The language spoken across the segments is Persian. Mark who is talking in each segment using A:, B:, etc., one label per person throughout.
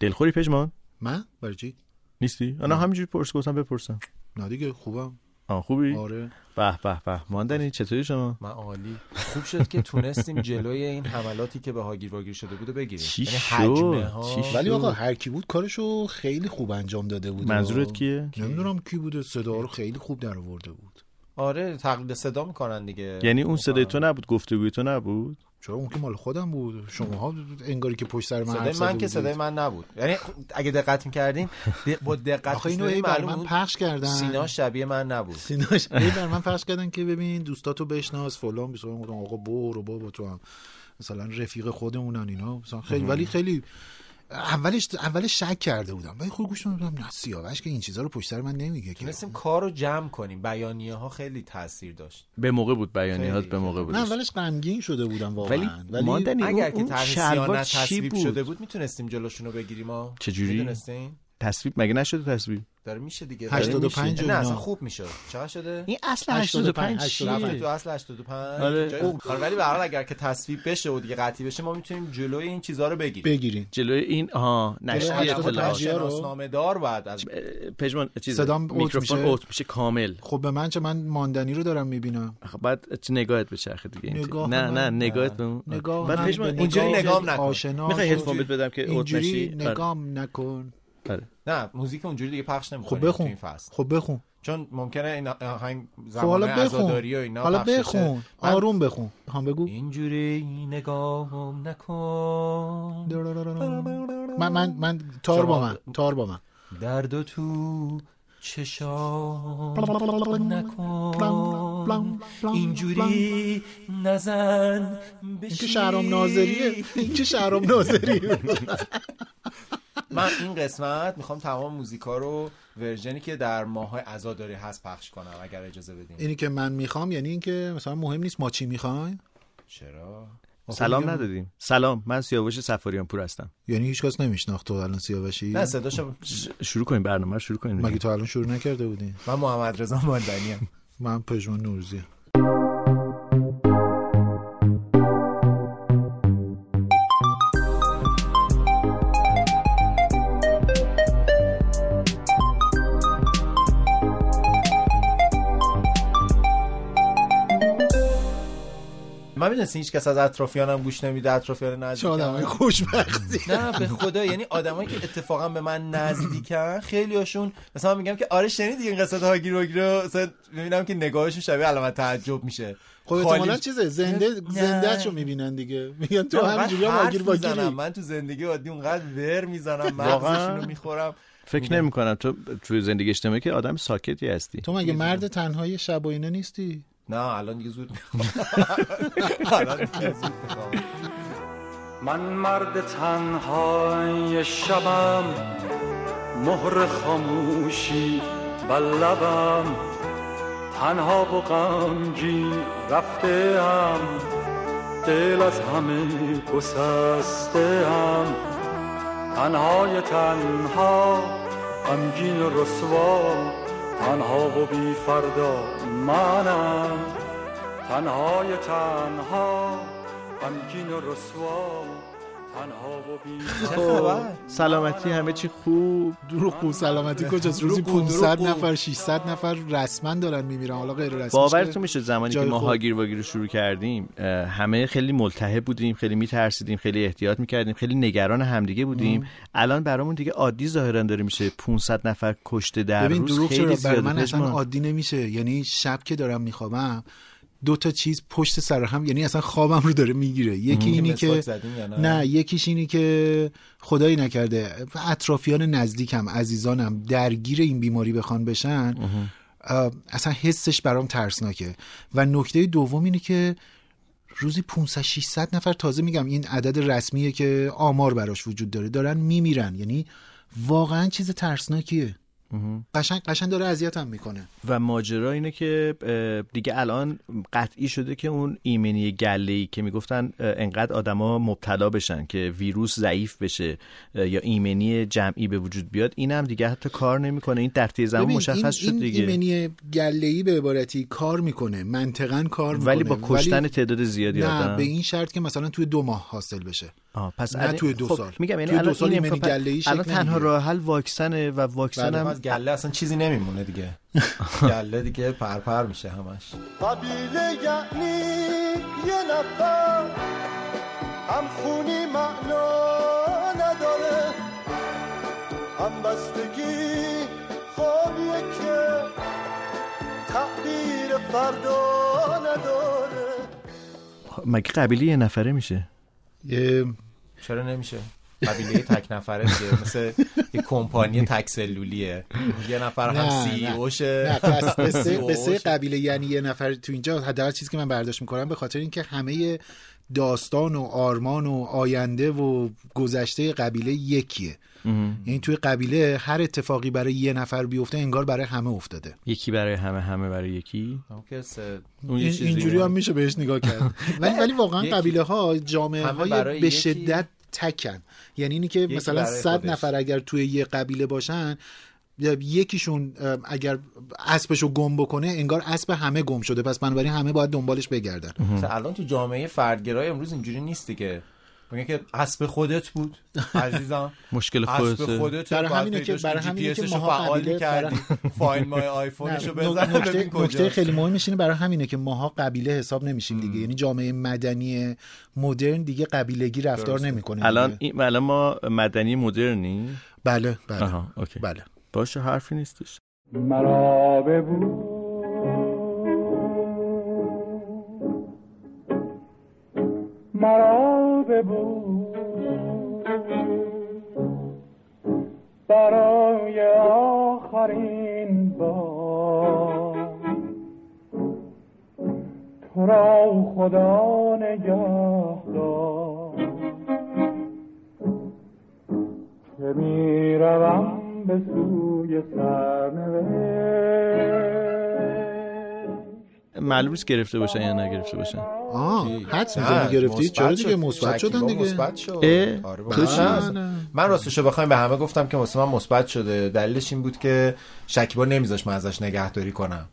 A: دلخوری پژمان
B: من برای چی
A: نیستی انا همینجوری پرس گفتم بپرسم
B: نه دیگه خوبم
A: آه خوبی
B: آره
A: به به به ماندنی چطوری شما
C: من عالی خوب شد که تونستیم جلوی این حملاتی که به هاگیر واگیر شده بود رو بگیریم
A: چی
C: یعنی
A: شد؟
C: حجمه ها
A: چی شد؟
B: ولی آقا هر کی بود کارشو خیلی خوب انجام داده بود
A: منظورت کیه
B: نمیدونم کی بوده صدا رو خیلی خوب در آورده بود
C: آره تقلید صدا میکنن دیگه
A: یعنی اون صدای تو نبود گفتگوی تو نبود
B: چرا اون که مال خودم بود شماها انگاری که پشت سر من
C: صدای
B: حرف
C: من
B: زده
C: که
B: بودید.
C: صدای من نبود یعنی اگه دقت میکردیم با دقت
B: آخه اینو
C: می‌شنیدیم
B: هی بر
C: معلوم
B: من
C: بود
B: پخش کردن
C: سینا شبیه من نبود
B: سیناش هی بر من پخش کردن که ببین دوستاتو بشناس فلان بیسار گفتم آقا برو بابا تو هم مثلا رفیق خودمونن اینا مثلا خیلی ولی خیلی اولش اولش شک کرده بودم ولی خود گوش دادم دیدم نه سیاوش که این چیزا رو پشت سر من نمیگه که
C: تونستیم کار رو جمع کنیم بیانیه ها خیلی تاثیر داشت
A: به موقع بود بیانیهات
C: خیلی.
A: به موقع بود
B: نه اولش غمگین شده بودم
A: ولی
B: واقعا
A: ماندنی یعنی اون,
C: اگر که
A: اون
C: طرح
A: شلوار
C: سیانت
A: چی
C: تصویب شده
A: بود
C: بود میتونستیم جلوشون رو بگیریم ها
A: چجوری؟
C: میدونستیم
A: تصویب مگه نشد تصویب
C: داره میشه دیگه
B: 85
C: نه
B: و
C: اصلا
B: اینا.
C: خوب میشد چقدر شده
A: این اصل
B: 85
A: 85
B: چیه؟
C: رفتیم تو
A: چیه
C: اصل 85
A: آره.
C: جای- آره ولی به هر حال اگر که تصویب بشه و دیگه قطعی بشه ما میتونیم جلوی این چیزها رو بگیریم
B: بگیرین
A: جلوی این آها
B: جلوی
A: نشریه
B: هشتاد و
A: اطلاعات.
B: پنج. رو؟
C: شناسنامه دار بعد از
A: پژمان چیز
B: صدام اوت
A: میکروفون
B: میشه؟
A: اوت میشه کامل
B: خب به من چه من ماندنی رو دارم میبینم
A: خب، بعد چه نگاهت به چرخه دیگه این
B: نگاه
A: تیپ. نه
B: من-
A: نه نگاهت به اون
B: نگاه
A: بعد
B: من
A: پژمان
B: به
A: اینجوری
C: نگاه-
A: نگاه
C: نگام نکن.
B: آشنا
A: میخوای
B: شد.
A: هدفون بهت بدم که اوت
B: اینجوری
A: نشی؟ آره.
B: نگام نکن
A: آره.
C: نه موزیک اونجوری دیگه پخش نمی‌کنیم
B: خب
C: تو
B: بخون
C: این فصل
B: خب بخون
C: چون ممکنه این آهنگ
B: خب حالا
C: زمان عزاداری و
B: بخون
C: اینا
B: حالا
C: پخش بشه.
B: بخون
C: من-
B: آروم بخون هم بگو
C: اینجوری نگاهم نکن
B: من من من تار با من تار با من
C: درد و تو چشام نکن اینجوری نزن
B: این که
C: بشی
B: شهرام ناظریه این که شهرام ناظریه
C: من این قسمت میخوام تمام موزیکا رو ورژنی که در ماهای عزاداری هست پخش کنم اگر اجازه بدین
B: اینی که من میخوام یعنی اینکه مثلا مهم نیست ما چی میخوایم
C: چرا
A: سلام ندادیم سلام من سیاوش سفاریان پور هستم
B: یعنی هیچ کس نمیشناخت تو الان سیاوشی
C: نه صداشو
A: ش- شروع کنیم برنامه رو شروع کنیم
B: مگه تو الان شروع نکرده بودی
C: من محمد رضا ماندنی ام
B: من پژمان نورزی
C: من میدونستی هیچ کس از اطرافیانم گوش نمیده اطرافیان
B: چه آدمای
C: نزدیکم
B: خوشبختی
C: نه به خدا یعنی آدمایی که اتفاقا به من نزدیکن خیلیاشون مثلا من میگم که آره شنیدی این قصه هاگیر واگیر رو مثلا میبینم که نگاهشون شبیه علامت تعجب میشه
B: خب احتمالاً چیزه زنده زندهشو میبینن دیگه میگن تو
C: نه، من
B: همینجوری هم
C: حرف
B: آگیر
C: می‌زنم.
B: واگیری
C: من تو زندگی عادی اونقدر ور میزنم
A: واقعاً؟
C: مغزشون رو میخورم
A: فکر نمی کنم تو توی زندگی اجتماعی که آدم ساکتی هستی
B: تو مگه مرد تنهای شب و اینا نیستی
C: نه الان دیگه زود الان دیگه زود می‌خوام.
D: من مرد تنهای شبم مهر خاموشی بر لبم تنها و غمگین رفته ام دل از همه گسسته ام تنهای تنها غمگین و رسوا تنها و بی فردا منم تنهای تنها غمگین و رسوا تنها و بی
C: چه خبر؟
A: سلامتی همه چی خوب
B: دروغ سلامتی کجاست روزی
C: دروغ گو،
B: 500
C: دروغ گو.
B: نفر 600 نفر رسما دارن میمیرن حالا غیر رسمی
A: باورتون میشه زمانی که
B: جای
A: ما
B: خوب.
A: هاگیر واگیر رو شروع کردیم اه، همه خیلی ملتهب بودیم خیلی میترسیدیم خیلی احتیاط میکردیم خیلی نگران همدیگه بودیم الان برامون دیگه عادی ظاهرا داره میشه 500 نفر کشته در
B: ببین
A: روز
B: دروغ چرا
A: خیلی
B: بر
A: زیاده
B: من اصلا
A: پشمان.
B: عادی نمیشه یعنی شب که دارم میخوابم دو تا چیز پشت سر هم یعنی اصلا خوابم رو داره میگیره یکی اینی
C: مسواک
B: یعنی که
C: زدیم یا نه؟
B: نه یکیش اینی که خدایی نکرده اطرافیان نزدیکم عزیزانم درگیر این بیماری بخوان بشن اه، اصلا حسش برام ترسناکه و نکته دوم اینه که روزی 500 600 نفر تازه میگم این عدد رسمیه که آمار براش وجود داره دارن میمیرن یعنی واقعا چیز ترسناکیه قشنگ قشنگ داره اذیتم میکنه
A: و ماجرا اینه که اه، دیگه الان قطعی شده که اون ایمنی گله ای که میگفتن اه، انقدر آدما مبتلا بشن که ویروس ضعیف بشه اه، یا ایمنی جمعی به وجود بیاد اینم دیگه حتی کار نمیکنه این در طی زمان
B: ببین، این,
A: مشخص شد
B: این
A: دیگه
B: ایمنی گله‌ای به عبارتی کار میکنه منطقا کار میکنه
A: ولی با کشتن تعداد زیادی
B: نه
A: آدم
B: به این شرط که مثلا توی دو ماه حاصل بشه
A: آه، پس
B: نه
A: الان-
B: توی دو
A: خب،
B: سال.
A: میگم یعنی
B: توی دو
A: الان
B: سال
A: این
B: ایمنی
A: امکان-
B: گله‌ای شکل
A: الان تنها
B: نمیگیره. بله،
A: راه حل واکسنه و واکسن
C: بعد ما
A: هم
C: از گله اصلا چیزی نمیمونه دیگه گله دیگه پرپر میشه همش
E: قبیله یعنی یه نفر هم خونی معنا نداره هم بستگی خوابیه که تعبیر فردا نداره
A: مگه قبیله یه نفره میشه
B: یه
C: چرا نمیشه قبیله تک نفره دیگه مثل یه کمپانی تک سلولیه یه نفر هم E
B: نه،
C: سی
B: نه.
C: اوشه
B: نه پس به سه- به سه
C: اوه، چه-
B: قبیله یعنی یه نفر تو اینجا حداقل چیزی که من برداشت میکنم به خاطر اینکه همه داستان و آرمان و آینده و گذشته قبیله یکیه یعنی توی قبیله هر اتفاقی برای یه نفر بیفته انگار برای همه افتاده
A: یکی برای همه همه برای یکی
C: خب
A: اون یه
B: این-
A: چیز
B: اینجوری
A: دیگه.
B: هم میشه بهش نگاه کرد ولی ولی واقعا
C: یکی.
B: قبیله ها جامعه
C: همه
B: های
C: برای
B: به
C: یکی.
B: شدت تکن یعنی اینی که مثلا
C: برای
B: صد
C: خودش.
B: نفر اگر توی یه قبیله باشن یکیشون ام، اگر اسبشو گم بکنه انگار اسب همه گم شده پس بنابراین همه باید دنبالش بگردن
C: مثلا الان تو جامعه فردگرای امروز اینجوری نیست دیگه میگن که اسب خودت بود عزیزم
A: مشکل
C: اسب
A: خودت
C: خودت
B: برای
C: باید
B: همینه که-
C: پیداش
B: برای
C: کنی،
B: همینه که
C: GPS شو
B: ماها
C: فعال
B: قبیله-
C: می‌کردی، فاین مای آیفونشو بزن
B: نه، نکته-
C: ببین
B: نکته
C: کجاست.
B: خیلی مهمش اینه برای همینه که ماها قبیله حساب نمیشیم دیگه یعنی جامعه مدنی مدرن دیگه قبیلگی رفتار نمیکنه
A: الان این الان ما مدنی مدرنی
B: بله بله
A: آها اوکی
B: بله
A: باشه حرفی نیستش
D: مرا ببو مرا ببو برای آخرین بار تو را خدا نگه دار که می روم به سوی سرنوشت
A: معلوم نیست گرفته باشن یا نگرفته باشن
B: آه حدس
C: نه،
B: میزنی گرفتی چرا دیگه مثبت
C: مثبت شد. شکیبا
B: شدن دیگه
C: مثبت شد
A: اه،
C: آره
B: تو
C: بابا.
B: چی؟
C: نه،
B: نه، نه.
C: من راستشو بخوایم به همه گفتم که واسه من مثبت شده دلیلش این بود که شکیبا نمیذاش من ازش نگهداری کنم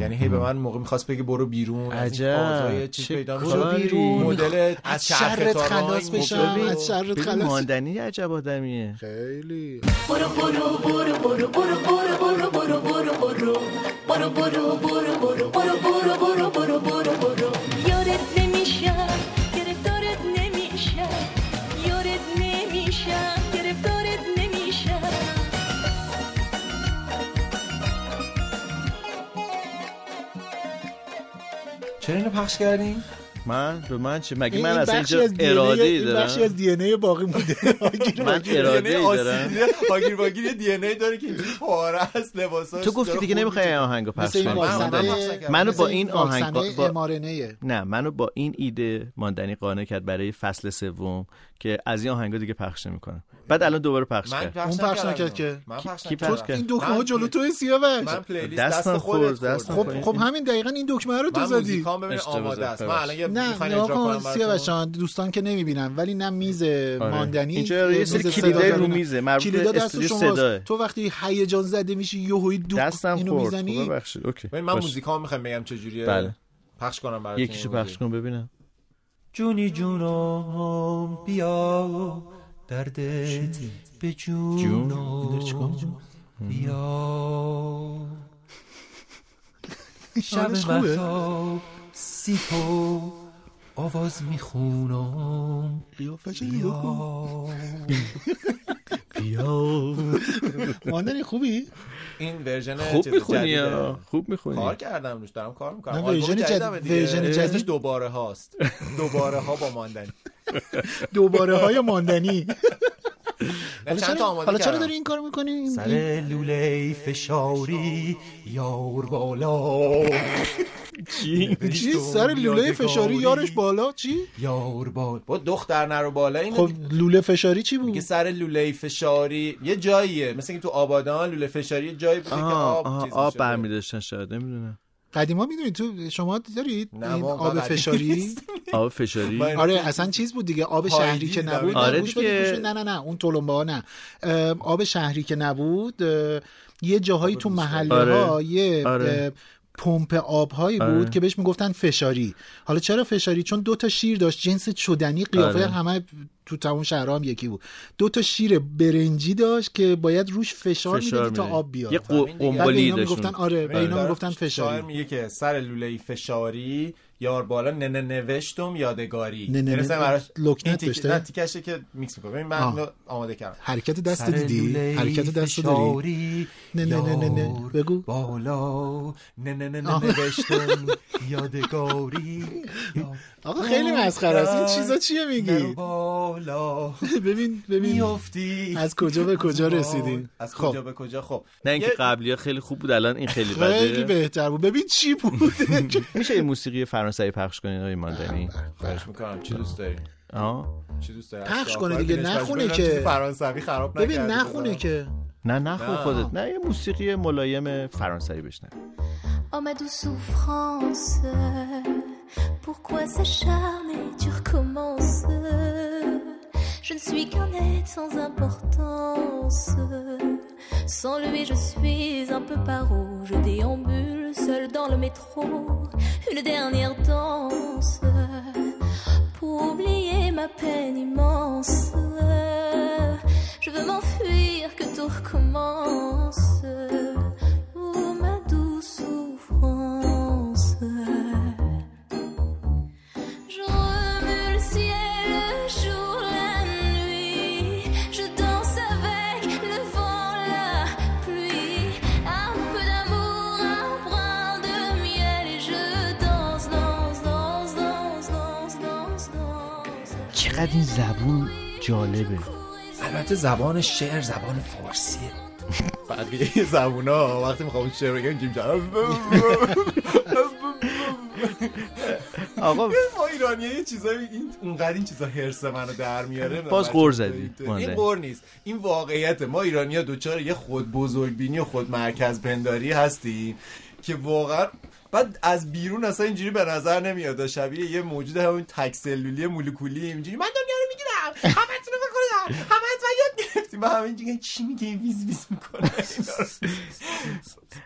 C: یعنی هی به من موقع میخواست بگه برو بیرون از این
A: عجب.
C: فازای چیز
A: چه
C: پیدا
A: کاری.
C: می‌کنی.
A: بیرون.
C: مدل
B: از
C: از چرخ
B: شرت
C: تا
B: خلاص
C: راهنگ
B: بشم.
C: مدل.
B: از شرت
A: ببین،
B: خلاص.
A: ماندنی یه عجب آدمیه
B: خیلی
F: برو برو برو برو برو برو برو برو برو برو برو برو برو برو برو برو برو برو برو برو یارت نمیشم گرفتارت نمیشم یارت نمیشم گرفتارت نمیشم
C: چرا اینو پخش کردیم
A: من به من چه مگه
B: این
A: من اصلا
B: بخشی
A: اینجا
B: از DNA
A: اراده ای
B: این بخشی از یعنی
A: دارم
B: دی باقی مونده
A: من اراده ای دارم
C: هاگیر واگیر دی ان ای داره که اینجوری پاره است لباساش
A: تو گفتی
C: داره
A: دیگه
C: خون
A: نمیخوای
C: می‌چکه.
A: این آهنگو پخش
B: خب، مثل این
A: کنی
C: واکسنای-
A: ماندنی.
B: واکسنه
A: منو
B: مثل
A: با این آهنگ-
B: واکسنه
A: با-
B: mRNA.
A: نه منو با این ایده ماندنی قانع کرد برای فصل سوم که از این آهنگا دیگه پخش نمیکنم بعد الان دوباره پخش
C: من
A: کرد
C: پخش
B: اون پخش
C: نکردم.
B: نکرد که-
C: من پخش
A: کی
C: نکردم.
A: پخش کرد؟
B: این دکمه ها
C: من-
B: جلو تو سیاوش
C: من پلیلیست
A: دستم
C: دست
A: خورد،
C: خودت
A: دستم
C: خورد
A: خورد.
B: خب خب همین دقیقا این دکمه رو
C: من
B: تو زدی
C: موزیکام ببین
A: اشتباه
C: آماده
A: زد،
C: است من
A: ببخشید.
C: الان یه
B: نه
C: میخواین
B: نه
C: اجرا
B: کن
C: کنم
B: سیاوش
C: براتون
B: جان، دوستان که نمیبینن ولی نه میز ماندنی
A: آره. اینجا یه
B: میز
A: سری
B: صدا
A: کلیدای
B: داره،
A: رو
B: نه.
A: میزه، مربوط به
B: کلیدا دست
A: استودیو
B: شماست.
A: صداه.
B: تو وقتی هیجان زده میشی یهویی دو
A: دستم
B: اینو
A: خورد خب،
B: میزنی
A: ببخشید اوکی
C: ببین من
A: باشه.
C: موزیکام میخوام بگم چه جوریه
A: بله.
C: پخش کنم براتون
A: یکیشو پخش کن ببینم
C: جونی جونم بیا دردت به جونم بیا شب
G: آره،
B: حالش خوبه؟
C: مهتاب سیپو آواز میخونم
B: قیافش رو نگاه کن. ماندنی خوبی
C: این ورژن
A: خوب
C: چیز
A: میخونی
C: خب جدیده.
A: ها. خوب
C: کار
A: میخونی
C: کردم روش دارم کار میکنم
B: نه، ورژن جد- ورژن جدید.
C: دوباره هاست دوباره ها با ماندنی
B: دوباره های ماندنی
C: نه، چند تا آماده
B: حالا چرا
C: کردم.
B: داری این کارو میکنی این-
C: سر لوله فشاری یار بالا
A: چی؟
B: این چی سر لوله فشاری یارش بالا چی
C: یار بالا با دختر نرو بالا این
B: خب لوله فشاری چی
C: که
B: بود
C: سر لوله فشاری یه جاییه مثل که تو آبادان لوله فشاری یه جایی بوده که
A: آه،
C: آب
A: آه،
C: چیز
A: آب
C: می‌شده.
A: برمی داشتن شاید نمیدونم
B: قدیما میدونید تو شما دارید این
C: نه، ما
B: آب
C: بلد
B: فشاری
C: نیستیم.
A: آب فشاری
C: من-
B: آره اصلا چیز بود دیگه آب شهری که
C: دیدم.
B: نبود
A: آره
B: نه، گوش بدید،
A: دیگه.
B: گوش بدید. نه نه نه اون تلمبه ها نه ام، آب شهری که نبود اه، یه جاهایی تو محله ها
A: آره.
B: یه
A: آره.
B: اه، پمپ آبهایی بود
A: آره.
B: که بهش میگفتن فشاری حالا چرا فشاری چون دو تا شیر داشت جنس چدنی قیافه
A: آره.
B: همه تو تمام شهرها هم یکی بود دو تا شیر برنجی داشت که باید روش
A: فشار
B: فشار, میدادی تا
A: می‌دادی.
B: آب بیاد
A: یه قو-
B: بعد به اینا
A: قنبلی
B: میگفتن
A: داشتن
B: آره به
A: آره.
B: اینا
A: دارم
B: میگفتن
C: شاعر
B: فشاری
C: میگه که سر لوله فشاری یار بالا نه نه نوشتم یادگاری
B: نه نه
C: یعنی
B: نه
C: مثلا
B: نه.
C: براش-
B: لکنت
C: این تیک-
B: داشته؟
C: نه تیکشه که میکس میکنه ببین من
B: آه.
C: اینو آماده کردم
B: حرکت دست
C: سر
B: دیدی
C: لوله‌ای
B: حرکت دست داری
C: فشاری،
B: نه، نه، نه، نه، نه.
C: یار
B: بگو.
C: بالا نه نه نه نه
B: آه.
C: نوشتم یادگاری
B: آقا خیلی مسخره است این چیزا چیه
C: نرو
B: میگی
C: بالا
B: ببین ببین
C: میافتی
B: از کجا به کجا رسیدیم
C: از
B: خب.
C: کجا به کجا خب
A: نه اینکه
C: یه-
A: قبلی ها خیلی خوب بود الان این خیلی
B: خیلی
A: بده
B: بهتر بود ببین چی بود
A: میشه یه موسیقی فرانسوی پخش کنید آقای ماندنی
C: خواهش میکنم چی دوست داری
A: آه
C: چی دوست داری
B: پخش
C: از
B: کنه
C: شاهکار
B: دیگه،
C: بینش پخش
B: نخونه
C: کنم.
B: که.
C: چیزی فرانسوی خراب
B: ببین
C: نکرده
B: نخونه
C: بذارم.
B: که
A: نه نخور
C: نه.
A: خودت نه یه موسیقی ملایم فرانسوی بشنو
F: Oh ma douce souffrance, pourquoi s'acharner, tu recommences Je ne suis qu'un être sans importance. Sans lui, je suis un peu paro. Je déambule seul dans le métro. Une dernière danse pour oublier ma peine immense. Je veux m'enfuir, que tout recommence. Oh, ma douce souffrance. Je remue le ciel le jour, la nuit. Je danse avec le vent, la pluie. Un peu d'amour, un brin de miel. Et je danse, danse, danse, danse, danse, danse, danse.
A: چقدر این زبون جالبه
C: البته زبان شعر زبان فارسیه بعد دیگه یه زبونا وقتی میخوام شعر بگم جیم جم.
A: آقا
C: ما ایرانی یه چیزایی این اونقدر این چیزا هرس منو در میاره
A: باز
C: من
A: غر
C: بچه
A: زدی.
C: بودم. این
A: مانده.
C: غر نیست این واقعیت ما ایرانی ها دوچار یه خود بزرگبینی و خود مرکز پنداری هستیم که واقعا بعد از بیرون اصلا اینجوری به نظر نمیاد شبیه یه موجود همون تک سلولی مولکولی اینجوری من دنیا رو میگیرم همه رو میکنم همه یاد گرفتیم و همه اینجوری چی میگه این ویز ویز میکنه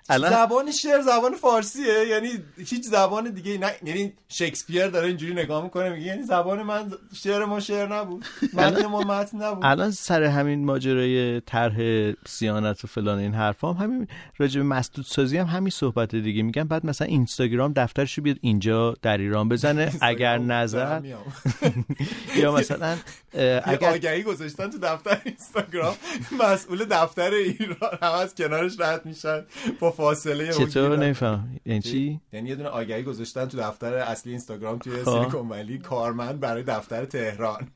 A: الان
C: زبان شعر زبان فارسیه یعنی هیچ زبان دیگه نه یعنی شکسپیر داره اینجوری نگاه میکنه میگه یعنی زبان من شعر ما شعر نبود متن ما متن نبود
A: الان سر همین ماجرای طرح سیانت و فلان این حرفا هم همین راجع به مسدود سازی هم همین صحبت دیگه میگن بعد مثلا اینستاگرام دفترش بیاد اینجا در ایران بزنه اگر نظر
C: دارم میام.
A: یا مثلا اه،
C: یه
A: اگر
C: آگهی گذاشتن تو دفتر اینستاگرام مسئول دفتر ایران هم از کنارش رد میشن با فاصله اون
A: چطور
C: گیرن.
A: نمیفهم یعنی چی
C: یعنی یه دونه آگهی گذاشتن تو دفتر اصلی اینستاگرام توی
A: آه.
C: سیلیکون ولی کارمند برای دفتر تهران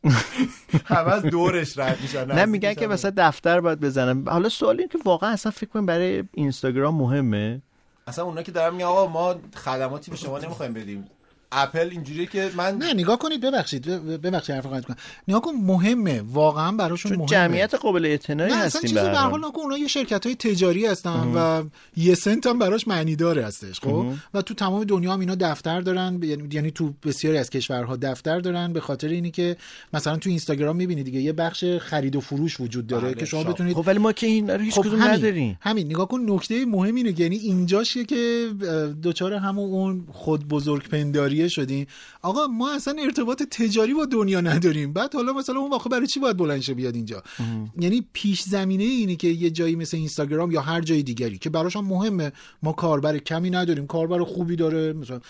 C: همه از دورش رد میشن
A: نه میگن که مثلا دفتر باید بزنم حالا سوال اینه که واقعا اصلا فکر کنم برای اینستاگرام مهمه
C: اصلا اونا که دارن میگن آقا ما خدماتی به شما نمیخوایم بدیم اپل اینجوریه که من
B: نه نگاه کنید ببخشید ب- ببخشید حرف قطع کنم نگاه کن مهمه واقعا براشون
A: چون
B: مهمه
A: جمعیت قابل اعتنایی
B: نه اصلا
A: هستیم
B: چیزی
A: به
B: به
A: هر
B: هر
A: حال.
B: حال نکن اونا یه شرکت های تجاری هستن و یه سنت هم براش معنی داره هستش خب و تو تمام دنیا هم اینا دفتر دارن ب- یعنی یعنی تو بسیاری از کشورها دفتر دارن به خاطر اینی که مثلا تو اینستاگرام میبینی دیگه یه بخش خرید و فروش وجود داره
C: بله،
B: که شما
C: شاپ.
B: بتونید
A: خب ولی ما که این رو هیچ کدوم
B: همین
A: نداریم
B: همین نگاه کن نکته مهم اینه که یعنی اینجاشیه که اه، دوچار همون اون خود بزرگ پنداریه شدیم آقا ما اصلا ارتباط تجاری با دنیا نداریم بعد حالا مثلا اون واقع برای چی باید بلند شه بیاد اینجا یعنی پیش زمینه اینه که یه جایی مثل اینستاگرام یا هر جای دیگری که براش هم مهمه ما کاربر کمی نداریم کاربر خوبی داره مثلا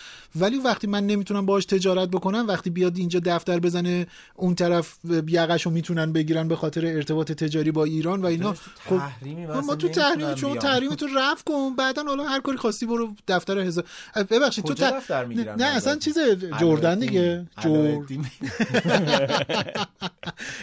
B: ولی وقتی من نمیتونم باهاش تجارت بکنم وقتی بیاد اینجا دفتر بزنه اون طرف یقش رو میتونن بگیرن به خاطر ارتباط تجاری با ایران و اینا خب،
C: تحریمی من
B: ما,
C: اصلا
B: تو تحریم
C: نمیتونم
B: شما
C: بیام.
B: تحریم تو رفت کن بعدا حالا هر کاری خواستی برو دفتر هزار ببخشید تو
C: کجا
B: تح-
C: دفتر
B: نه,
C: میگیرن
B: نه
C: بعدا؟
B: اصلا چیز جردن دیگه جر...
C: علایالدین.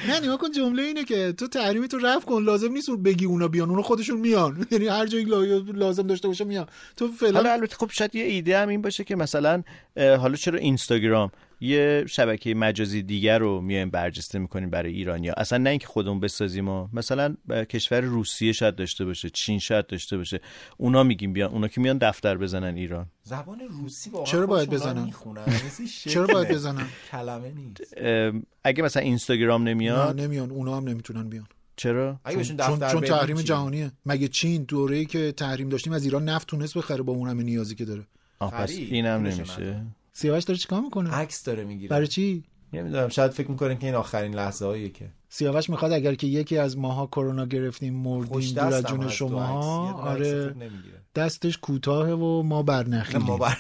B: نه نگاه کن جمله اینه که تو تحریم تو رفت کن لازم نیست اون بگی اونا بیان اونا خودشون میان یعنی هر جایی لا- لازم داشته باشه میان تو
A: حالا
B: فعلا
A: البته خب شاید یه ایده هم این باشه که مثلا اه، حالا چرا اینستاگرام یه شبکه مجازی دیگر رو میایم برجسته میکنیم برای ایرانیا اصلا نه اینکه خودمون بسازیم و مثلا اه، کشور روسیه شاید داشته باشه چین شاید داشته باشه اونا میگیم بیان اونا که میان دفتر بزنن ایران
C: زبان روسی واقعا
B: چرا باید
C: خودشون دارن
B: بزنن؟
C: میخونن. مثل شعر.
B: چرا باید بزنن
C: کلمه نیست
A: اه، اگه مثلا اینستاگرام
B: نه
A: نمیاد
B: نمیان اونا هم نمیتونن بیان
A: چرا
C: اگه بهشون
B: چون,
C: دفتر
B: چون
C: بدیم
B: تحریم
C: چی؟
B: جهانیه مگه چین دوره‌ای که تحریم داشتیم از ایران نفت تونست بخره با اون همه نیازی که داره
A: آه پس
C: خرید.
A: اینم
C: پولش
A: نمیشه
C: نداره.
B: سیاوش داره چیکار میکنه
C: عکس داره میگیره
B: برای چی
C: نمیدونم شاید فکر میکنن که این آخرین لحظه هاییه که
B: سیاوش میخواد اگر که یکی از ماها کرونا گرفتیم
C: خوش
B: مردیم دور از
C: دستم
B: جون
C: از دو
B: شما
C: عکس. یه دونه عکس
B: آره
C: خوب نمیگیره.
B: دستش کوتاهه و ما
C: نه، ما
B: برنخیلیم
C: بر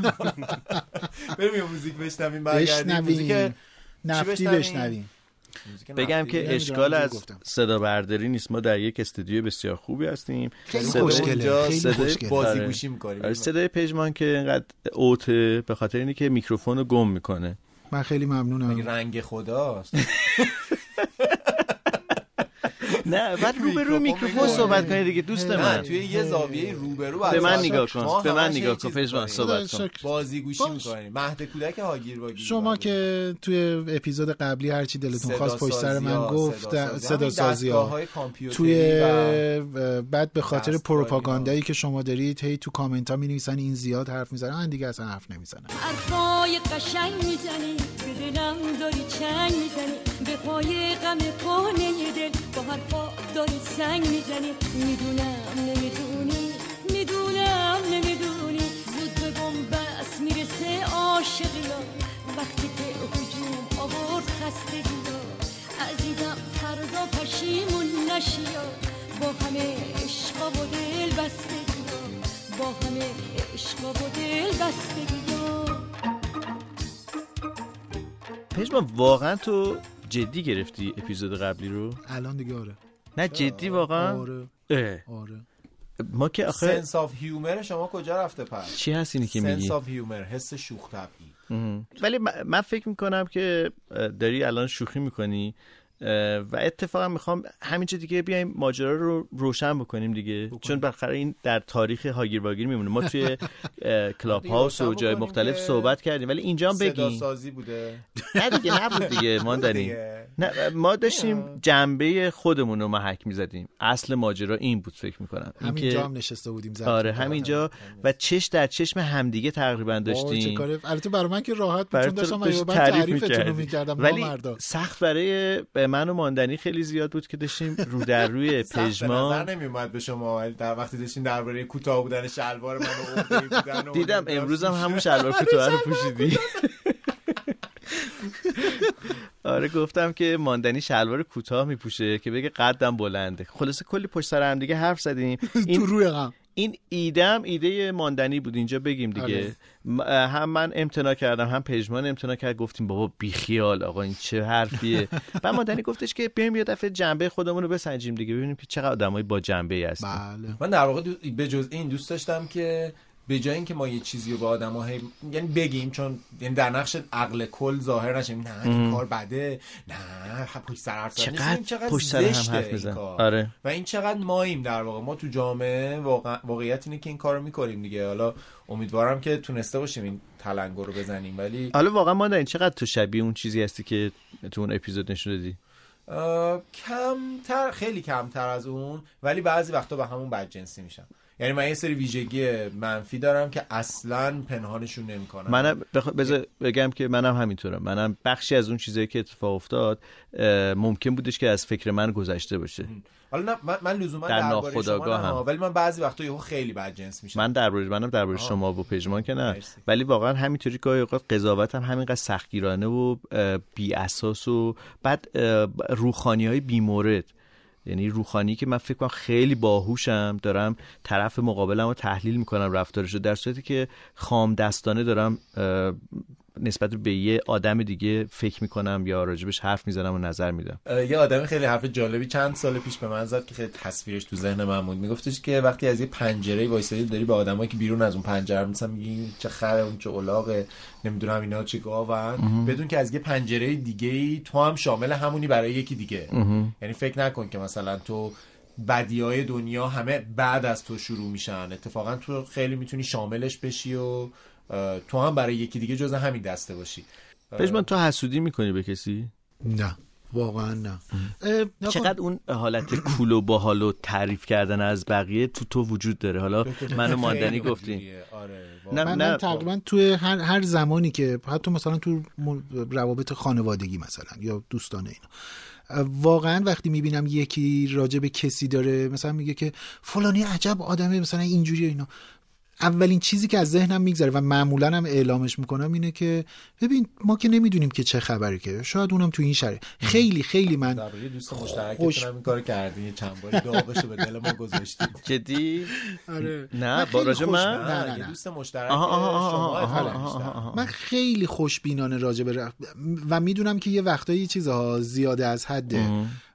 C: نخوریم. بریم یه موزیک بشنویم برگردیم موزیک
B: بشنویم نفتی
C: بشنویم؟
B: بشنویم
C: موزیک
A: بگم
C: نفتی.
B: نمی‌دونم،
A: که اشکال
B: اینجوری
A: از
B: گفتم.
A: صدا برداری نیست ما در یک استودیو بسیار خوبی هستیم
B: خیلی
A: صدا
B: خوشگله،
A: اونجا،
B: خیلی
A: صدای
B: خوشگله.
C: بازی
A: آره.
C: گوشی می‌کنیم.
A: آره، صدای پژمان که اینقدر اوته به خاطر اینه که میکروفون رو گم میکنه
B: من خیلی ممنونم
C: رنگ خداست
A: نه بعد رو به رو
C: میکروفون
A: میکروفون
C: می‌کنه.
A: صحبت کنید دیگه دوست
C: نه
A: من
C: توی یه زاویه روبرو
A: به
C: از
A: من
C: آسمان.
A: نگاه
C: شما
A: کن به من
C: همش
A: نگاه
C: یه
A: کن
C: چیز
A: پژمان
C: می‌کنی.
B: خدا
A: صحبت کن
B: شکر.
C: بازی گوشی
B: باش.
C: میکنیم مهد کودک هاگیر واگیر
B: شما که توی اپیزود قبلی هرچی دلتون خواست پشت سر من گفت صدا سازی ها توی بعد به خاطر
C: دستگاهی
B: پروپاگاندایی که شما دارید هی تو کامنت ها می این زیاد حرف میزنه من دیگه اصلا حرف نمیزنم
F: حرفای قشنگ میزنی به دلم داری چنگ میزنی به پای غم کهنه دل با حرفا داری سنگ میزنی میدونم نمیدونی میدونم نمیدونی زود به بس میرسه عاشقی ها وقتی که هجوم آورد خستگی ها عزیزم فردا پشیمون نشی ها. با همه عشقا و دل بستگی ها. با همه عشقا و دل بستگی ها.
A: پژمان واقعا تو جدی گرفتی اپیزود قبلی رو
B: الان دیگه آره
A: نه جدی واقعا
B: آره
A: اه.
B: آره
A: ما که آخه
C: سنس آف هیومر شما کجا رفته پس
A: چی هست اینی که میگی
C: سنس آف هیومر حس شوخ طبعی
A: مهم. ولی م- من فکر میکنم که اه، داری الان شوخی میکنی و اتفاقا میخوام همینجا دیگه بیایم ماجرا رو روشن بکنیم دیگه چون بالاخره این در تاریخ هاگیر واگیر میمونه ما توی اه، کلاب
C: دیگه
A: هاوس و
C: روشن
A: جای
C: بکنیم
A: مختلف
C: که
A: صحبت کردیم ولی اینجا هم
C: صدا
A: بگیم
C: سازی بوده
A: نه دیگه نبود دیگه ما داریم
C: دیگه.
A: نه ما داشتیم جنبه خودمون رو محک میزدیم اصل ماجرا این بود فکر میکنم
B: همینجا هم نشسته بودیم زدیم
A: آره همینجا و چش در چشم همدیگه تقریبا
B: وای، چه
A: داشتیم
B: کاره البته برای من که راحت بود
A: برای
B: چون
A: تو
B: داشتم
A: داشت
B: ایوبن
A: تعریف
B: تعریفتون رو
A: می‌کردی.
B: میکردم
A: ولی
B: نامردا
A: سخت برای به من و ماندنی خیلی زیاد بود که داشتیم رو در روی
C: سخت به نظر
A: پژمان
C: نمی اومد به شما ولی در وقتی داشتین درباره کوتاه بودن شلوار من و عقده‌ای بودن و
A: دیدم
C: نمی‌دونم
A: امروز هم همون شلوار کوتاه رو پوشیدی آره گفتم که ماندنی شلوار کوتاه میپوشه که بگه قدم بلنده خلاصه کلی پشت سر هم دیگه حرف زدیم
B: تو
A: این
B: روی هم
A: این ایده هم ایده ماندنی بود اینجا بگیم دیگه
B: آره.
A: م- هم من امتنا کردم هم پژمان امتنا کرد گفتیم بابا بیخیال آقا این چه حرفیه و ماندنی گفتش که بیایم یه دفعه جنبه خودمون رو بسنجیم دیگه ببینیم که چقدر آدمای با جنبه ای هستیم
B: بله
C: من در واقع دو... به جز این دوست داشتم که به جای اینکه ما یه چیزی رو به آدم‌ها هی... یعنی بگیم چون یعنی در نقش عقل کل ظاهر نشیم نه این کار بده نه پشت سر حرف زدن.
A: چقدر
C: این
A: پشت سر هم
C: زشته
A: حرف
C: این
A: می‌زنن.
C: کار.
A: آره.
C: و این چقدر ماییم در واقع ما تو جامعه واقع... واقعیت اینه که این کارو میکنیم دیگه حالا امیدوارم که تونسته باشیم این تلنگر رو بزنیم ولی
A: حالا واقعا ماندنی چقدر تو شبیه اون چیزی هستی که تو اون اپیزود نشون دادی
C: آه، کمتر خیلی کمتر از اون ولی بعضی وقتا به همون بدجنسی میشم یعنی من یه سری ویژگی منفی دارم که اصلا پنهانشون
B: بله.
C: نمیکنم
A: منم بخ... بذار بگم که منم همینطورم منم بخشی از اون چیزایی که اتفاق افتاد اه، ممکن بودش که از فکر من گذشته باشه
C: حالا نه من, من لزوما
A: در
C: درباره شما نه
A: ناخودآگاهم.
C: ها، ولی من بعضی وقتا یهو خیلی بدجنس میشم
A: من درباره منم درباره شما و پژمان که نه
C: مرسی.
A: ولی واقعا همینطوری گاهی اوقات قضاوتم همینقدر سختگیرانه و اه، بی اساس و بعد روخانی های بی مورد یعنی روخانی که من فکر کنم خیلی باهوشم دارم طرف مقابلم رو تحلیل میکنم رفتارش رو در صورتی که خام دستانه دارم اه، نسبت به یه آدم دیگه فکر میکنم یا راجبش حرف میزنم و نظر میدم
C: اه، یه آدمی خیلی حرف جالبی چند سال پیش به من زد که خیلی تصویرش تو ذهن من بود میگفتش که وقتی از یه پنجره وایسادی داری به آدمایی که بیرون از اون پنجره مثلا میگی این چه خره اون چه الاغه نمیدونم اینا چه گاون بدون که از یه پنجره دیگه ای تو هم شامل همونی برای یکی دیگه یعنی فکر نکن که مثلا تو بدی های دنیا همه بعد از تو شروع میشن اتفاقا تو خیلی میتونی شاملش بشی و اه، تو هم برای یکی دیگه جز همین دسته باشی
A: پژمان تو حسودی میکنی به کسی
B: نه واقعا نه اه، نکن.
A: چقدر اون حالت کول و باحال و تعریف کردن از بقیه تو تو وجود داره حالا من و ماندنی
C: خیلی
A: گفتیم
C: اونجوریه. آره
A: نه
B: من,
A: نه
B: من تقریبا توی هر, هر زمانی که حتی مثلا تو مل- روابط خانوادگی مثلا یا دوستانه اینا واقعا وقتی میبینم یکی راجع به کسی داره مثلا میگه که فلانی عجب آدمه مثلا اینجوری اینا اولین چیزی که از ذهنم میگذره و معمولا هم اعلامش میکنم اینه که ببین ما که نمیدونیم که چه خبره که شاید اونم تو این شهره خیلی خیلی من
C: درباره یه دوست
A: خب،
B: خوش-
C: مشترکتون هم این کار کردی چند باری داغشو به دل ما گذاشتی
A: جدی
B: آره.
A: نه با
B: خیلی
A: راجع
B: خوش-
A: من
B: نه، نه،
C: یه
B: نه.
C: دوست مشترک
A: آها، آها، آها،
C: شما
A: آها،
C: احتمالاً
A: آها،
C: بیشتر.
A: آها، آها.
B: من خیلی خوشبینانه راجع به رخ- و میدونم که یه وقتایی چیزها زیاده از حده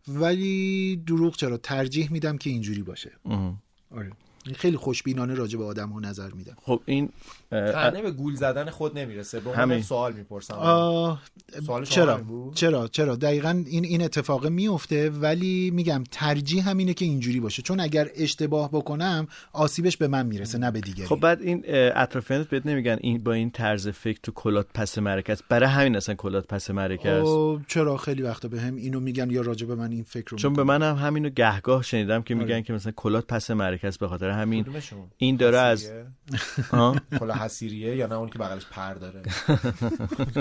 B: ولی دروغ چرا ترجیح میدم که اینجوری باشه
A: اه.
B: آره خیلی خوشبینانه راجع به آدم ها نظر میدم
A: خب این اه،
C: تنه به گول زدن خود نمیرسه به
A: همین.
C: همین سوال میپرسم
B: آه،
C: سوال شما
B: چرا
C: همین بود؟
B: چرا چرا دقیقا این این اتفاق میفته ولی میگم ترجیح همینه که اینجوری باشه چون اگر اشتباه بکنم آسیبش به من میرسه نه به دیگری
A: خب بعد این اه، اطرافیانت بهت نمیگن این با این طرز فکر تو کلات پس مرکه است برای همین اصلا کلات پس مرکه است
B: آه، خب، چرا خیلی وقتا به هم اینو میگن یا راجع به من این فکر رو
A: چون به
B: می‌کنن.
A: من هم همینو گهگاه شنیدم که میگن که مثلا کلات پس مرکه است به خاطر همین
C: کدومشون؟
A: این داره از
C: حسیریه؟
A: آه.
C: کلا حسیریه یا نه اون که بغلش پر داره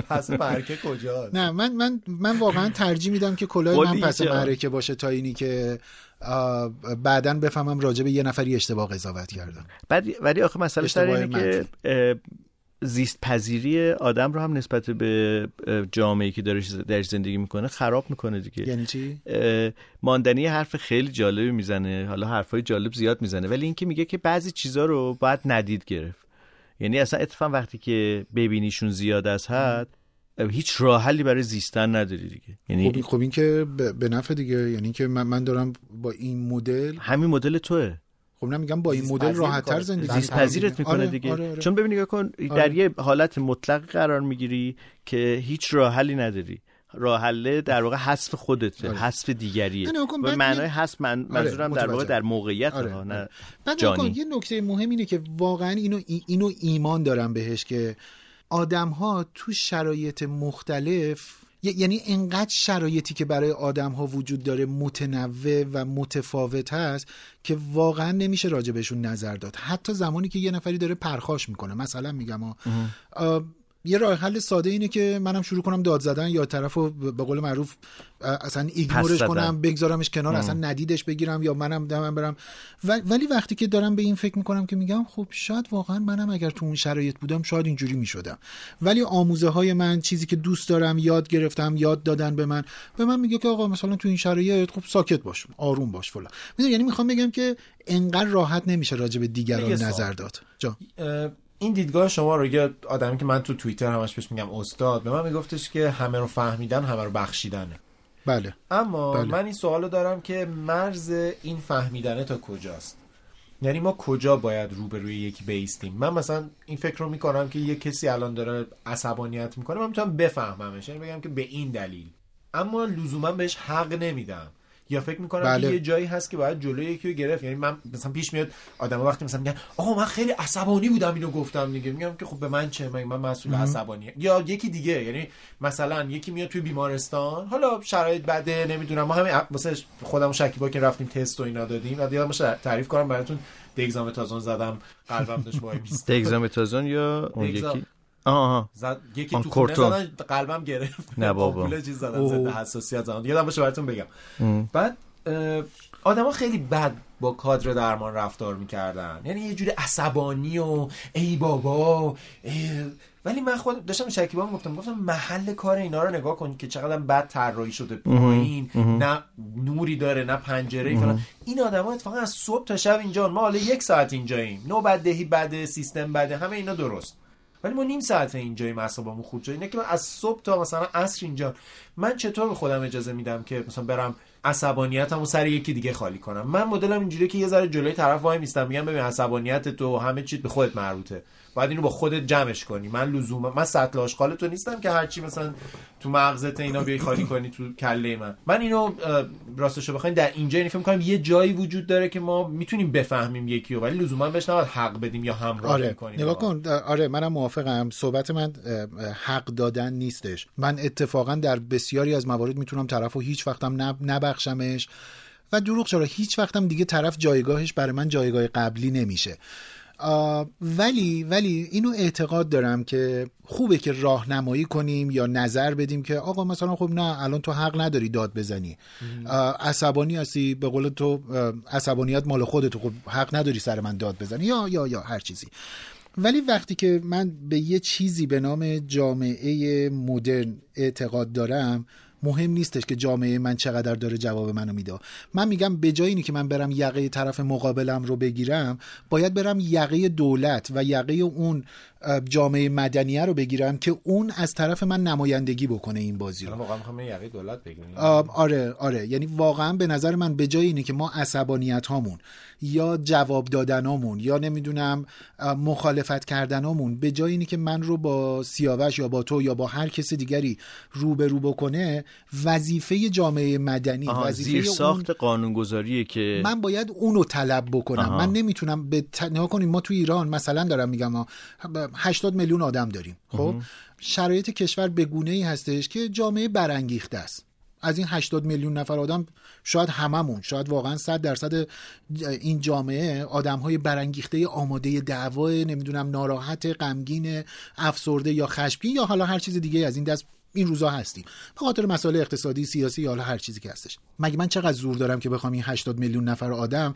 C: پس برکه کجاست
B: نه من من من واقعا ترجیح میدم که کلاه
A: قول
B: من
A: دیگه
B: پس
A: چرا؟
B: معرکه باشه تا اینی که آه، بعدا بفهمم راجع به یه نفری اشتباه قضاوت کردم
A: بعد ولی آخه مسئله در
B: اشتباه
A: اینه که اه، زیست پذیری آدم رو هم نسبت به اه، جامعه‌ای که داره درش زندگی میکنه خراب میکنه دیگه
B: یعنی چی
A: اه، ماندنی یه حرف خیلی جالبی میزنه حالا حرفای جالب زیاد میزنه ولی اینکه میگه که بعضی چیزا رو باید ندید گرفت یعنی اصلا اتفاقا وقتی که ببینیشون زیاد از حد اه، هیچ راه حلی برای زیستن نداری دیگه
B: خب این-
A: یعنی
B: خب این که به- به نفع دیگه یعنی که من, من دارم با این مدل
A: همین مدل توه
B: خب نمیگم با این
C: زیست
B: مدل
C: پذیر
B: راحت تر
C: می‌کنه.
B: زندگی
A: زیست
B: می‌کنم.
A: پذیرت میکنه
B: آره،
A: دیگه
B: آره، آره.
A: چون ببین نگاه کن در
B: آره.
A: یه حالت مطلق قرار میگیری که هیچ راه حلی نداری راه حله در واقع حذف خودته
B: آره.
A: حذف دیگریه
B: نه، نگاه کن،
A: به
B: بعد
A: معنای
B: یه- آره،
A: حذف من... منظورم در واقع
B: متوجهم.
A: در موقعیت
B: آره،
A: ها، نه
B: آره. بعد
A: جانی.
B: نکن، یه نکته مهم اینه که واقعا اینو ای- اینو ایمان دارم بهش که آدم ها تو شرایط مختلف ی- یعنی انقدر شرایطی که برای آدم ها وجود داره متنوع و متفاوت هست که واقعا نمیشه راجع بهشون نظر داد حتی زمانی که یه نفری داره پرخاش میکنه مثلا میگم آه، آه، یه راه حل ساده اینه که منم شروع کنم داد زدن یا طرفو ب- به قول معروف آه، اصلا ایگنورش
A: زدن.
B: کنم بگذارمش کنار اصلا ندیدش بگیرم یا منم دمم برم و- ولی وقتی که دارم به این فکر میکنم که میگم خب شاید واقعا منم اگر تو اون شرایط بودم شاید اینجوری میشدم ولی آموزه های من چیزی که دوست دارم یاد گرفتم یاد دادن به من به من میگه که آقا مثلا تو این شرایط خب ساکت باش آروم باش فلان میدونی یعنی میخوام بگم که انقدر راحت نمیشه راجع به دیگران
C: یه سوال.
B: نظر داد جا
C: اه، این دیدگاه شما رو یه آدمی که من تو توییتر همش بهش میگم استاد به من میگفتش که همه رو فهمیدن همه رو بخشیدنه
B: بله
C: اما
B: بله.
C: من این سوالو دارم که مرز این فهمیدنه تا کجاست یعنی ما کجا باید روبروی یکی بیستیم من مثلا این فکر رو میکنم که یه کسی الان داره عصبانیت میکنه من میتونم بفهممش یعنی بگم که به این دلیل اما لزوما بهش حق نمیدم یا فکر میکنم
B: بله.
C: که یه جایی هست که باید جلوی یکی رو گرفت یعنی من مثلا پیش میاد آدم وقتی مثلا میگن آقا من خیلی عصبانی بودم اینو گفتم دیگه میگم که خب به من چه من من مسئول عصبانی یا یکی دیگه یعنی مثلا یکی میاد توی بیمارستان حالا شرایط بده نمیدونم ما همین مثلا خودم و شکیبا که رفتیم تست و اینا دادیم بعد یادم باشه تعریف کنم براتون دگزام تازون زدم قلبم داشت وای میست
A: دگزامتازون یا اون
C: دگزام.
A: یکی آه آه.
C: زد یکی
A: آن
C: تو خونه
A: کورتون.
C: زدن قلبم گرفت
A: نه بابا.
C: آمپول چیز زدن
B: اوه.
C: ضد حساسیت زدن یادم باشه براتون بگم بعد اه، آدما خیلی بد با کادر درمان رفتار میکردن یعنی یه جوری عصبانی و ای بابا اه. ولی من خود داشتم به شکیبا میگفتم گفتم محل کار اینا رو نگاه کن که چقدر بد طراحی شده پایین نه نوری داره نه پنجره ای فلان این آدما اتفاقا از صبح تا شب اینجا ما حالا یک ساعت اینجاییم نوبت دهی بده سیستم بده همه اینا درست ولی ما نیم ساعت اینجاییم اعصابمون خود شد اینه که من از صبح تا مثلا عصر اینجا من چطور به خودم اجازه میدم که مثلا برم عصبانیتمو سر یکی دیگه خالی کنم من مدلم اینجوریه که یه ذره جلوی طرف وای میستم میگم ببین عصبانیت تو همه چیت به خودت مربوطه باید اینو با خودت جمعش کنی من لزوم من سطل آشغال تو نیستم که هرچی مثلا تو مغزت اینا بیای خالی کنی تو کله من من اینو اه، راستشو بخواین در اینجا یعنی فکر کنم یه جایی وجود داره که ما میتونیم بفهمیم یکی رو ولی لزوما بهش نباید حق بدیم یا همراه
B: آره
C: کنیم
B: نگاه کن آره منم موافقم صحبت من اه، حق دادن نیستش من اتفاقا در بسیاری از موارد میتونم طرف رو هیچ وقتم نب- نبخشمش و دروغ چرا هیچ وقتم دیگه طرف جایگاهش برای من جایگاه قبلی نمیشه آه، ولی ولی اینو اعتقاد دارم که خوبه که راهنمایی کنیم یا نظر بدیم که آقا مثلا خب نه الان تو حق نداری داد بزنی آه، عصبانی هستی به قول تو آه، عصبانیت مال خودتو خب حق نداری سر من داد بزنی یا یا یا هر چیزی ولی وقتی که من به یه چیزی به نام جامعه مدرن اعتقاد دارم مهم نیستش که جامعه من چقدر داره جواب منو میده من میگم به جای اینی که من برم یقه طرف مقابلم رو بگیرم باید برم یقه دولت و یقه اون اه، جامعه مدنیه رو بگیرم که اون از طرف من نمایندگی بکنه این بازی رو
C: الان واقعا میخوام یقه دولت بگیریم
B: آم، آره آره یعنی واقعا به نظر من به جای اینه که ما عصبانیت هامون یا جواب دادن هامون یا نمیدونم اه، مخالفت کردن هامون به جای اینه که من رو با سیاوش یا با تو یا با هر کس دیگری روبرو بکنه وظیفه جامعه مدنی
A: آها
B: وظیفه
A: زیر
B: اون
A: ساخت قانونگذاریه که
B: من باید اونو طلب بکنم
A: آها.
B: من نمیتونم به ت... نگاه کنین ما تو ایران مثلا دارم میگم ما 80 میلیون آدم داریم خب شرایط کشور به گونه ای هستش که جامعه برانگیخته است از این 80 میلیون نفر آدم شاید هممون شاید واقعا 100 درصد این جامعه آدم های برانگیخته آماده دعوا نمیدونم ناراحت غمگین افسرده یا خشمگین یا حالا هر چیز دیگه از این دست این روزا هستیم به خاطر مسائل اقتصادی سیاسی یا حالا هر چیزی که هستش مگه من چقدر زور دارم که بخوام این 80 میلیون نفر آدم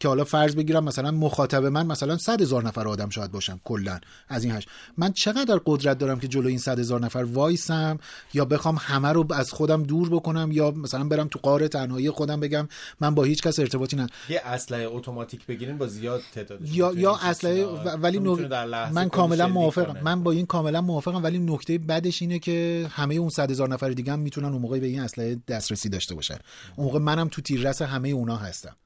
B: که حالا فرض بگیرم مثلا مخاطب من مثلا 100 هزار نفر آدم شاید باشم کلا از این هشت من چقدر قدرت دارم که جلو این 100 هزار نفر وایسم یا بخوام همه رو از خودم دور بکنم یا مثلا برم تو قاره تنهایی خودم بگم من با هیچ کس ارتباطی ندارم
C: یه اسلحه اتوماتیک بگیرین با زیاد تعداد
B: یا یا اسلحه و- ولی نو- من کاملا موافقم من با این کاملا موافقم ولی نکته بدش اینه که همه اون صد هزار نفر دیگه هم میتونن اون موقع به این اسلحه دسترسی داشته باشن اون موقع منم تو تیررس همه اونا هستم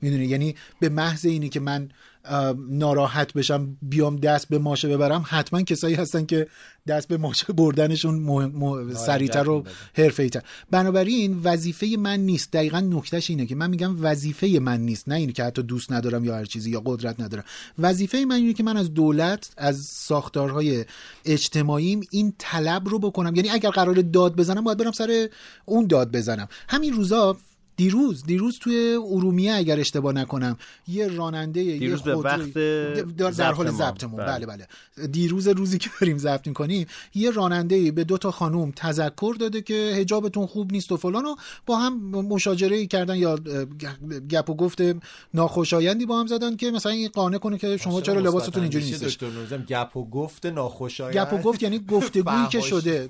B: میدونی یعنی به محض اینی که من اه، ناراحت بشم بیام دست به ماشه ببرم حتما کسایی هستن که دست به ماشه بردنشون مهم- مهم- سریعتر رو حرفه‌ای‌تر بنابراین وظیفه من نیست دقیقا نکتهش اینه که من میگم وظیفه من نیست نه اینه که حتی دوست ندارم یا هر چیزی یا قدرت ندارم وظیفه من اینه که من از دولت از ساختارهای اجتماعیم این طلب رو بکنم یعنی اگر قرار داد بزنم باید برم سر اون داد بزنم همین روزا دیروز دیروز توی ارومیه اگر اشتباه نکنم یه راننده یه
A: دیروز به
B: خودروی-
A: وقت
B: در, در حال
A: ضبط ما.
B: ضبطمون
A: بله.
B: بله بله دیروز روزی که داریم ضبط میکنیم یه راننده به دو تا خانم تذکر داده که هجابتون خوب نیست و فلان و با هم مشاجره کردن یا اه، گ- گپ و گفت ناخوشایندی با هم زدن که مثلا این قانع کنه که شما چرا لباستون اینجوری نیستش
C: دکتر نوزم گپ و گفت ناخوشایند
B: گپ و گفت یعنی گفتگویی که
C: فحاش.
B: شده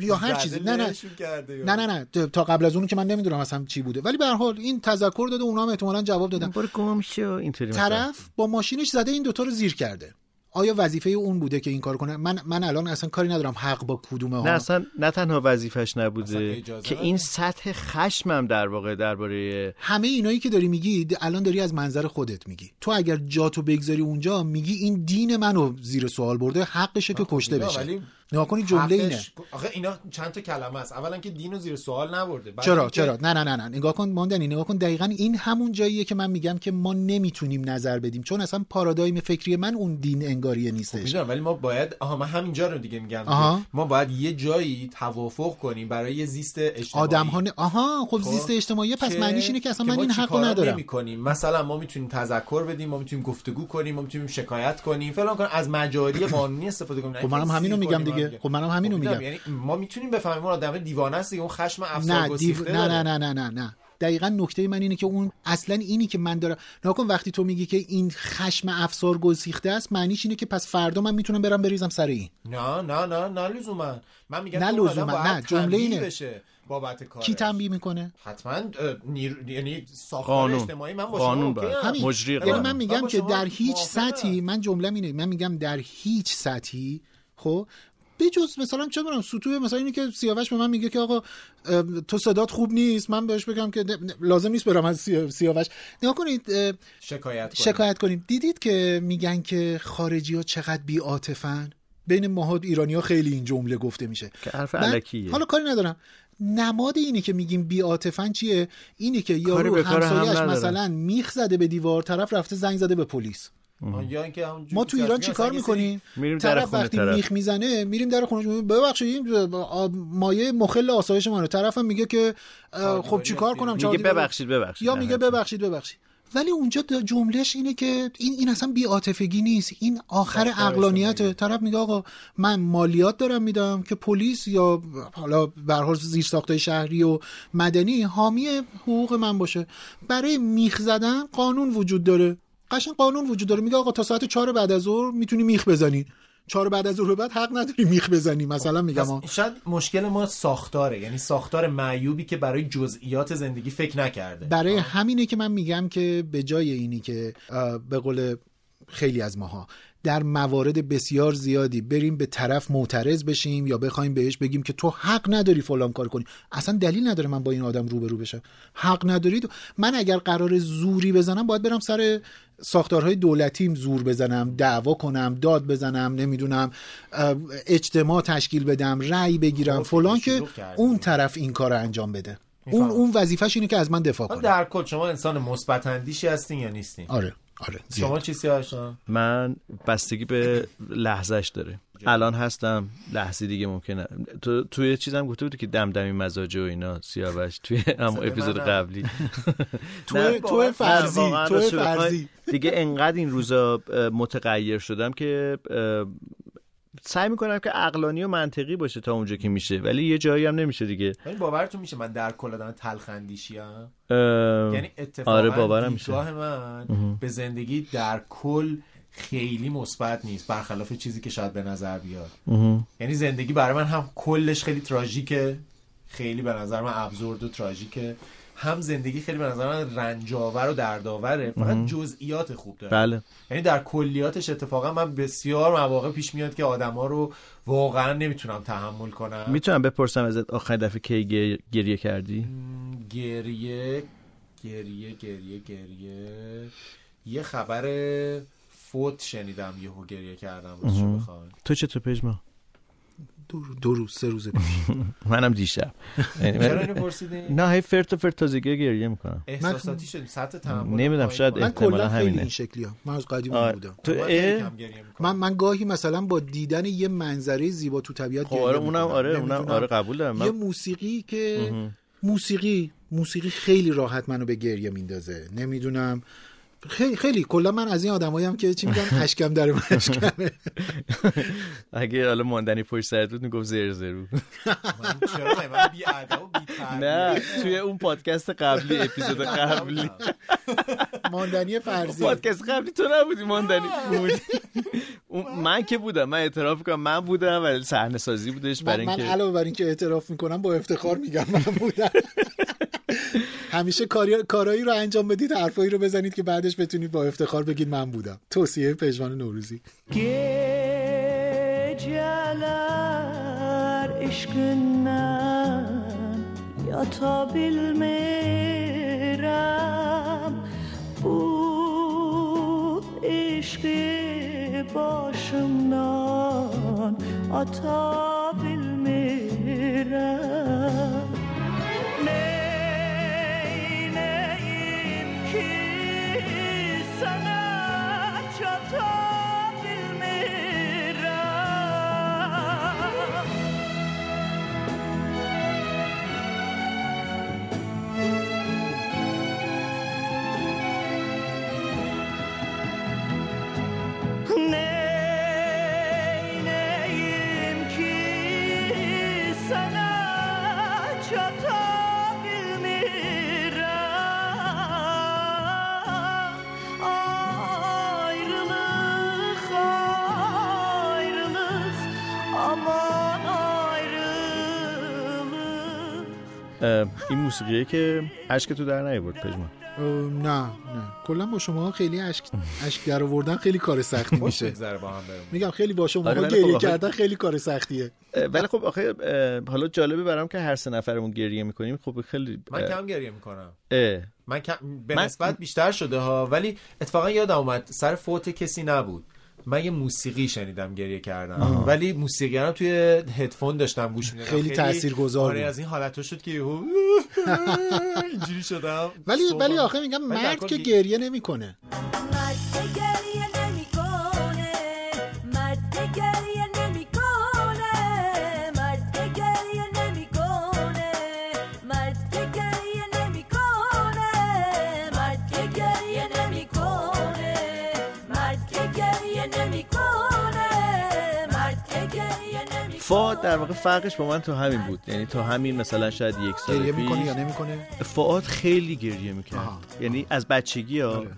B: یا هر
C: زده
B: چیزی نه نه
C: لهشون کرده یا.
B: نه نه نه تا قبل از اون که من نمیدونم اصلا چی بوده ولی به هر حال این تذکر داده اونا هم احتمالاً جواب دادن
A: برو گم شو اینطوری مثلا.
B: طرف با ماشینش زده این دوتا رو زیر کرده آیا وظیفه اون بوده که این کار کنه من من الان اصلا کاری ندارم حق با کدومه
A: نه
B: ها
A: اصلا نه تنها وظیفش نبوده
C: اجازه
A: که
C: نداره.
A: این سطح خشمم در واقع درباره
B: همه اینایی که داری میگی د- الان داری از منظر خودت میگی تو اگر جاتو بگذاری اونجا میگی این دین منو زیر سوال برده حقشه که کشته
C: نه،
B: بشه
C: ولی
B: نگاه کنی جمله اینه
C: حقش- آخه اینا چند تا کلمه است اولا که دینو زیر سوال نبرده بعد
B: چرا
C: اینکه
B: چرا نه نه نه نه نگاه کن ماندنی نگاه کن دقیقا این همون جاییه که من میگم که ما نمیتونیم نظر بدیم چون اصلا پارادایم فکری من اون دین انگاریه نیستش
C: میدونم ولی ما باید آها من همینجا رو دیگه میگم
B: آها.
C: ما باید یه جایی توافق کنیم برای یه زیست اجتماعی
B: آدم ها آها خب زیست اجتماعی پس
C: که-
B: معنیش اینه که اصلا
C: که
B: من
C: ما
B: این حقو
C: چیکارا
B: ندارم
C: نمی‌کنیم. مثلا ما میتونیم تذکر بدیم ما میتونیم گفتگو کنیم ما میتونیم شکایت کنیم فلان کنیم از مجاری قانونی استفاده کنیم نه
B: خب منم
C: اینکه
B: همینو
C: سیر
B: میگم
C: کنیم
B: دیگه.
C: هم
B: خب منم همینو
C: می‌دونم.
B: میگم.
C: یعنی ما میتونیم بفهمیم اون آدم دیوانه است دیگه اون خشم افسار
B: نه دیو...
C: گسیخته
B: نه نه نه نه نه نه دقیقا نکته من اینه که اون اصلا اینی که من دارم ناکن وقتی تو میگی که این خشم افسار گسیخته است معنیش اینه که پس فردا من میتونم برم بریزم سر این
C: نه نه نه نه لزوما من میگم
B: نه
C: که اون آدم
B: لزوماً،
C: باید
B: نه، جمله
C: تنبیه
B: اینه.
C: بشه بابت کارش
B: کی تنبیه میکنه
C: حتما اه، نیر... یعنی ساختار
A: قانون.
C: اجتماعی من با
A: قانون
C: شما اوکی
A: باید.
C: هم.
B: همین
A: مجری
B: یعنی
A: قانون.
B: من میگم
C: با
B: که
C: شما
B: در هیچ
C: موافقم.
B: سطحی من جمله اینه من میگم در هیچ سطحی خب بجز مثلا چه برم سطوح مثلا اینه که سیاوش به من میگه که آقا اه، تو صدات خوب نیست من بهش بگم که نه، نه، لازم نیست برم از سیا- سیاوش نگاه کنید اه،
C: شکایت کنیم.
B: شکایت کنیم دیدید که میگن که خارجی ها چقدر بیاتفن بین ماها ایرانی ها خیلی این جمله گفته میشه
A: که حرف
B: من-
A: علکیه
B: حالا کاری ندارم نماد اینه که میگیم بیاتفن چیه اینه که
A: کاری به
B: یارو
A: کار هم
B: همسایه‌اش
A: نداره.
B: مثلا میخ زده به دیوار طرف رفته زنگ زده به پلیس
C: آه، یا اینکه همونجوری
B: ما
C: که
B: تو ایران
C: از
B: چی
C: میگن،
B: کار
C: اصلا یه سری
B: میکنیم
A: میریم در
B: طرف
A: خونه
B: وقتی
A: طرف.
B: میخ میزنه میریم در خونش میگیم ببخشید این آب- مایه مخل آسایش منه طرفم میگه که اه، خب چی کار کنم
A: میگه
B: چادری-
A: ببخشید ببخشید
B: یا میگه ببخشید ببخشید ولی اونجا دا- جملهش اینه که این این اصلا بی‌عاطفگی نیست این آخر عقلانیت طرف میگه آقا من مالیات دارم میدم که پلیس یا حالا به هر حال زیرساختهای شهری و مدنی حامی حقوق من باشه برای میخ زدن قانون وجود داره قشن قانون وجود داره میگه آقا تا ساعت چهار بعد از ظهر میتونی میخ بزنی چهار بعد از ظهر به بعد حق نداری میخ بزنی مثلا میگم آه.
C: پس شاید مشکل ما ساختاره یعنی ساختار معیوبی که برای جزئیات زندگی فکر نکرده
B: برای همینه که من میگم که به جای اینی که اه، به قول خیلی از ماها در موارد بسیار زیادی بریم به طرف معترض بشیم یا بخوایم بهش بگیم که تو حق نداری فلان کار کنی اصلا دلیل نداره من با این آدم روبرو بشم حق نداری تو- من اگر قرار زوری بزنم باید برم سر ساختارهای دولتیم زور بزنم دعوا کنم داد بزنم نمیدونم اه، اجتماع تشکیل بدم رأی بگیرم فلان که
C: خب، شلوغ کردی.
B: اون طرف این کار رو انجام بده اون اون وظیفش اینه که از من دفاع کنه
C: در کل شما انسان مثبت اندیشی هستین یا نیستین
B: آره آره زیاد.
C: شما چی سیاوشان
A: من بستگی به لحظهش داره الان هستم لحظه دیگه ممکنه تو توی چیزم گفته بودی که دمدمی مزاجه و اینا سیاوش توی هم اپیزود
C: منم.
A: قبلی
B: تو تو فرضی
A: واقعاً
B: تو
A: راستش رو بخوای،
B: فرضی
A: دیگه انقدر این روزا اه، متغیر شدم که اه، سعی میکنم که عقلانی و منطقی باشه تا اونجا که میشه ولی یه جایی هم نمیشه دیگه
C: این یعنی باورتون میشه من در کل آدم تلخ اندیشی‌ام؟
A: اه،
C: یعنی اتفاقا
A: آره، باورم میشه.
C: دیدگاه من به زندگی در کل خیلی مثبت نیست برخلاف چیزی که شاید به نظر بیاد یعنی زندگی برای من هم کلش خیلی تراژیکه خیلی به نظر من ابزورد و تراژیکه هم زندگی خیلی به نظر من رنجاور و دردآوره فقط جزئیات خوب داره
A: بله
C: یعنی در کلیاتش اتفاقا من بسیار مواقع پیش میاد که آدما رو واقعا نمیتونم تحمل کنم
A: میتونم بپرسم ازت آخرین دفعه کی گر- گریه کردی
C: گریه گریه گریه گریه یه خبر فوت شنیدم یهو گریه کردم روزشو بخوام
A: تو چطور پژما
B: دو, دو روز سه روز پیش
A: منم دیشب یعنی من-
C: چرا اینو پرسیدین
A: نه هی فرت و فرت تازگی گریه میکنم
C: احساساتی شد سطح تحمل
A: نمیدونم،
C: پایین
A: شاید
C: پایین.
B: من کلا
A: احتمالاً
B: خیلی
A: همینه.
B: این شکلی هم. من از قدیم بودم
A: آره. تو
C: من خب، خیلی
A: اه
C: کم گریه
B: من
C: می‌کنم.
B: من گاهی مثلا با دیدن یه منظره زیبا تو طبیعت
A: خب
B: گریه
A: آره اونم
B: می‌کنم.
A: آره اونم
B: نمی‌دونم.
A: آره قبول دارم
B: یه
A: من
B: موسیقی که موسیقی موسیقی خیلی راحت منو به گریه میندازه نمیدونم خیلی خیلی کلا من از این آدمایم که چی میگن اشکم در من اشکمه
A: اگه حالا ماندنی پشت سرت بود میگفت زر زرو
C: من چرا من بی‌ادب و بی‌تربیت.
A: نه توی اون پادکست قبلی اپیزود قبلی
B: ماندنی فرضی
A: پادکست قبلی تو نبودی ماندنی بود اون- من که بودم من اعتراف کنم من بودم ولی صحنه سازی بودش
B: من,
A: برای
B: من
A: اینکه
B: علاوه بر اینکه اعتراف میکنم با افتخار میگم من بودم همیشه کاری... کارایی رو انجام بدید حرفایی رو بزنید که بعدش بتونید با افتخار بگید من بودم توصیه پژمان نوروزی
H: Geceler eşkinden yatabilmirəm Bu eşki başımdan ata bilmirəm Neyleyim ki sana çatabilmirəm Neyleyim ki sana çatabilmirəm Ayrılıq, ayrılıq, aman ayrılıq
A: اه، این موسیقیه که اشک تو در نیورد پژمان
B: اه، نه نه کلا با شما خیلی اشک اشک در آوردن خیلی کار سختی
C: خوش
B: میشه
C: بگذره با هم بریم
B: میگم خیلی با شما
A: آره، ولی خب
B: گریه
A: آخه-
B: کردن خیلی کار سختیه
A: اه، ولی خب آخه اه، حالا جالبه برام که هر سه نفرمون گریه میکنیم خب خیلی
C: من
A: اه،
C: کم گریه میکنم
A: اه.
C: من کم- به
A: من-
C: نسبت بیشتر شده ها ولی اتفاقا یادم اومد سر فوت کسی نبود من یه موسیقی شنیدم گریه کردم ولی موسیقی رو توی هدفون داشتم گوش میدادم
B: خیلی تاثیرگذار
C: آره
B: بود.
C: از این حالت شد که یهو اینجوری شدم
B: ولی
C: صبح-
B: ولی آخه میگم
C: ولی در
B: مرد
C: کل
B: که
C: گی-
B: گریه نمیکنه
F: مرد که گریه نمیکنه مرد که گریه نمیکنه مرد که گریه نمیکنه مرد که گریه نمیکنه مرد که گریه
A: فعاد در واقع فرقش با من تو همین بود یعنی تو همین مثلا شاید یک سال
B: گریه میکنه
A: پیش
B: یا نمیکنه
A: فعاد خیلی گریه میکرد
B: آها.
A: یعنی از بچگی ها
B: آره.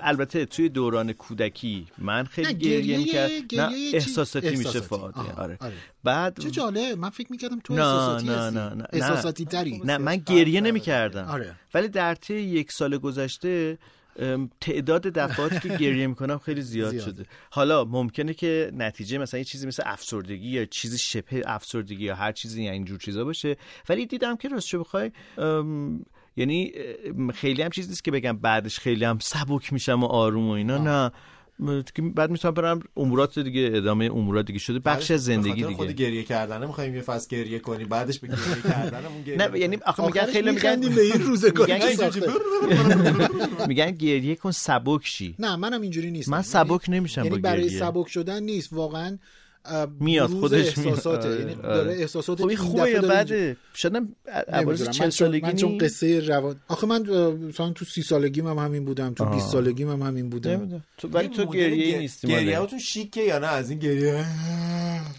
A: البته توی دوران کودکی من خیلی
B: نه،
A: گریه
B: گریه-
A: میکرد نه
B: گریه چی-
A: احساساتی میشه
B: احساساتی.
A: فعاد
B: آها،
A: آره.
B: آره.
A: بعد
B: چه جاله من فکر میکردم تو
A: نه،
B: احساساتی
A: نه،
B: هستی.
A: نه، نه، نه.
B: احساساتی تری
A: نه من گریه نمی کردم
B: آره.
A: ولی در طی یک سال گذشته ام، تعداد دفعاتی که گریه میکنم خیلی زیاد,
B: زیاده.
A: شده حالا ممکنه که نتیجه مثلا یه چیزی مثل افسردگی یا چیزی شبه افسردگی یا هر چیزی یا اینجور چیزا باشه ولی دیدم که راستش بخوای ام، یعنی ام، خیلی هم چیز نیست که بگم بعدش خیلی هم سبک میشم و آروم و اینا نه م، که بعد میتونم برم امورات دیگه ادامه امورات دیگه شده بخش از زندگی
C: به خاطر خود
A: دیگه
C: گریه کردنه میخوایم یه فصل گریه کنیم بعدش به گریه کردنمون گریه
A: نه یعنی آخه میگن
B: آخرش
A: خیلی میگن
B: می‌خندیم به این روزگاری
A: میگن که
B: که ساخته.
A: میگن گریه کن سبک شی
B: نه منم اینجوری نیست
A: من سبک نمیشم
B: یعنی
A: با
B: برای
A: گریه.
B: سبک شدن نیست واقعا اه،
A: میاد،
B: بروز
A: خودش میاد.
B: احساساته
A: آره،
B: یعنی
A: آره.
B: داره احساسات
A: خب این
B: این
A: خوبه
B: دفعه
A: یا
B: داره
A: بده شدم عوارض
B: نمی‌دونم.
A: چل
B: من چون-
A: سالگی
B: من چون
A: نی-
B: قصه روان آخه من اه، مثلا تو سی سالگیم هم همین بودم تو 20 سالگیم هم همین بودم
A: نمی‌دونم. تو ولی تو
C: مدل
A: گریه
C: گر-
A: نیستی
C: گریه
A: ماله.
C: هاتون شیکه یا نه از این گریه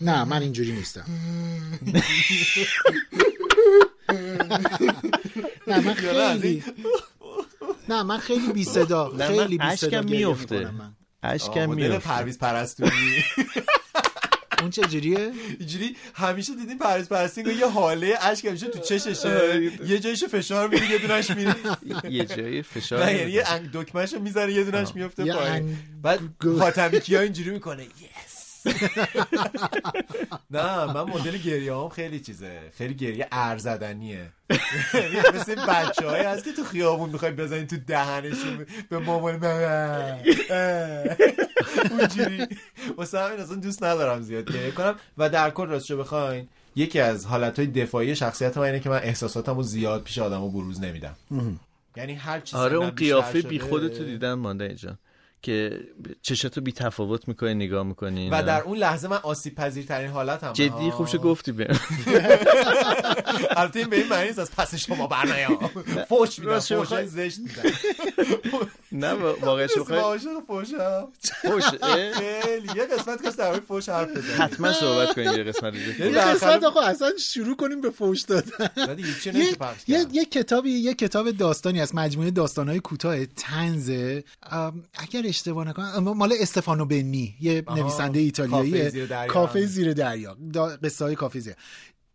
B: نه من اینجوری نیستم نه من خیلی نه من خیلی بی صدا
A: نه،
B: خیلی
A: من
B: بی صدا
A: اشکم
B: گریه
A: میفته
B: می‌کنم من.
C: آه،
A: اشکم
C: مدل
A: میفته
C: پرویز پرستویی
B: اون چجوریه
C: اینجوری همیشه دیدین پرس پرستین که یه حاله اشک همیشه تو چششه یه جایش فشار میره یه دونش میره
A: یه جای فشار
C: نه یعنی یه انگ دکمهشو میذاره یه دونش میفته
B: یه
C: پایین
B: انگ-
C: بعد خاتمی کیا اینجوری میکنه یس نه من مدل گریه هم خیلی چیزه خیلی گریه ارزدنیه مثل بچه های هست که تو خیابون میخوای بزنی تو دهنشون به مامان نه اونجوری واسه همین اصلا دوست ندارم زیاد گریه کنم و در کل راستشو بخواین یکی از حالتهای دفاعی شخصیت من اینه که من احساساتمو زیاد پیش آدمو بروز نمیدم یعنی هر چیزی
A: آره
C: که
A: اون
C: من بیشتر
A: قیافه
C: شده-
A: بی خودتو دیدن مانده اینجا که چشتو بی تفاوت میکنی نگاه میکنی
C: و در اون لحظه من آسیب پذیرترین حالت هم
A: جدی خوب شد گفتی به
C: البته این به این معنی نیست از پس شما برنیا فوش میدم
A: راست شو
C: فوش
A: بخوای.
C: زشت میدم
A: نه واقعا
C: کسی با
A: شوخه
C: عاشق فوشم
A: خوش اه؟
C: خیلی یه قسمت کاش در مورد فوش حرف بزنیم
A: حتما صحبت کنیم یه قسمت دیگه.
C: یعنی
B: یه قسمت
C: بالاخره-
B: خب، آقا اصلا شروع کنیم به فوش دادن
C: ولی هیچی
B: یه,
C: نمیشه پخش
B: یه,
C: کرد.
B: یه کتابی یه کتاب داستانی از مجموعه داستانهای کوتاه تنزه ام، اگر اشتباه نکنم ام، مال استفانو بنی یه
C: آها.
B: نویسنده
C: کافه
B: ایتالیاییه
C: زیر دریا.
B: کافه زیر دریا دا... قصه های کافه زیر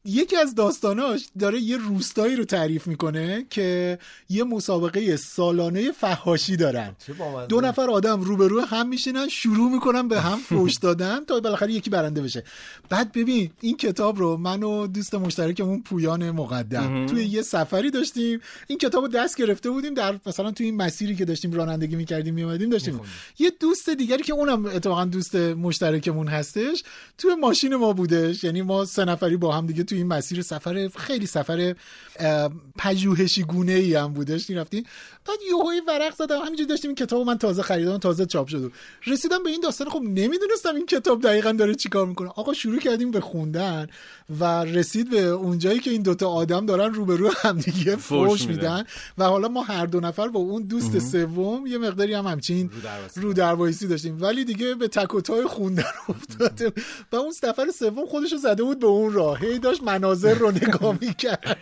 B: یکی از داستاناش داره یه روستایی رو تعریف میکنه که یه مسابقه سالانه فهاشی دارن
C: چه بامزه.
B: دو نفر آدم روبرو هم میشینن شروع میکنن به هم فوش دادن تا بالاخره یکی برنده بشه بعد ببین این کتاب رو من و دوست مشترکمون پویان مقدم توی یه سفری داشتیم این کتاب رو دست گرفته بودیم در مثلا توی این مسیری که داشتیم رانندگی میکردیم میومدیم داشتیم یه دوست دیگری که اونم اتفاقا دوست مشترکمون هستش توی ماشین ما بودش یعنی ما سه نفری با هم دیگه توی این مسیر سفر خیلی سفر اه، پژوهشی گونه ای هم بودش میرفتیم بعد یوهوی ورق زدم همینجوری داشتیم این کتاب رو من تازه خریدم تازه چاپ شده بود. رسیدم به این داستان خب نمیدونستم این کتاب دقیقا داره چیکار میکنه آقا شروع کردیم به خوندن و رسید به اونجایی که این دوتا آدم دارن روبرو همدیگه
A: فحش
B: فوش
A: میدن.
B: میدن و حالا ما هر دو نفر با اون دوست سوم یه مقداری هم همچین رو دروایسی داشتیم ولی دیگه به تک و تای خوندن افتاده و اون سفر سوم خودش رو زده بود به اون راه هی داشت مناظر رو نگاه میکرد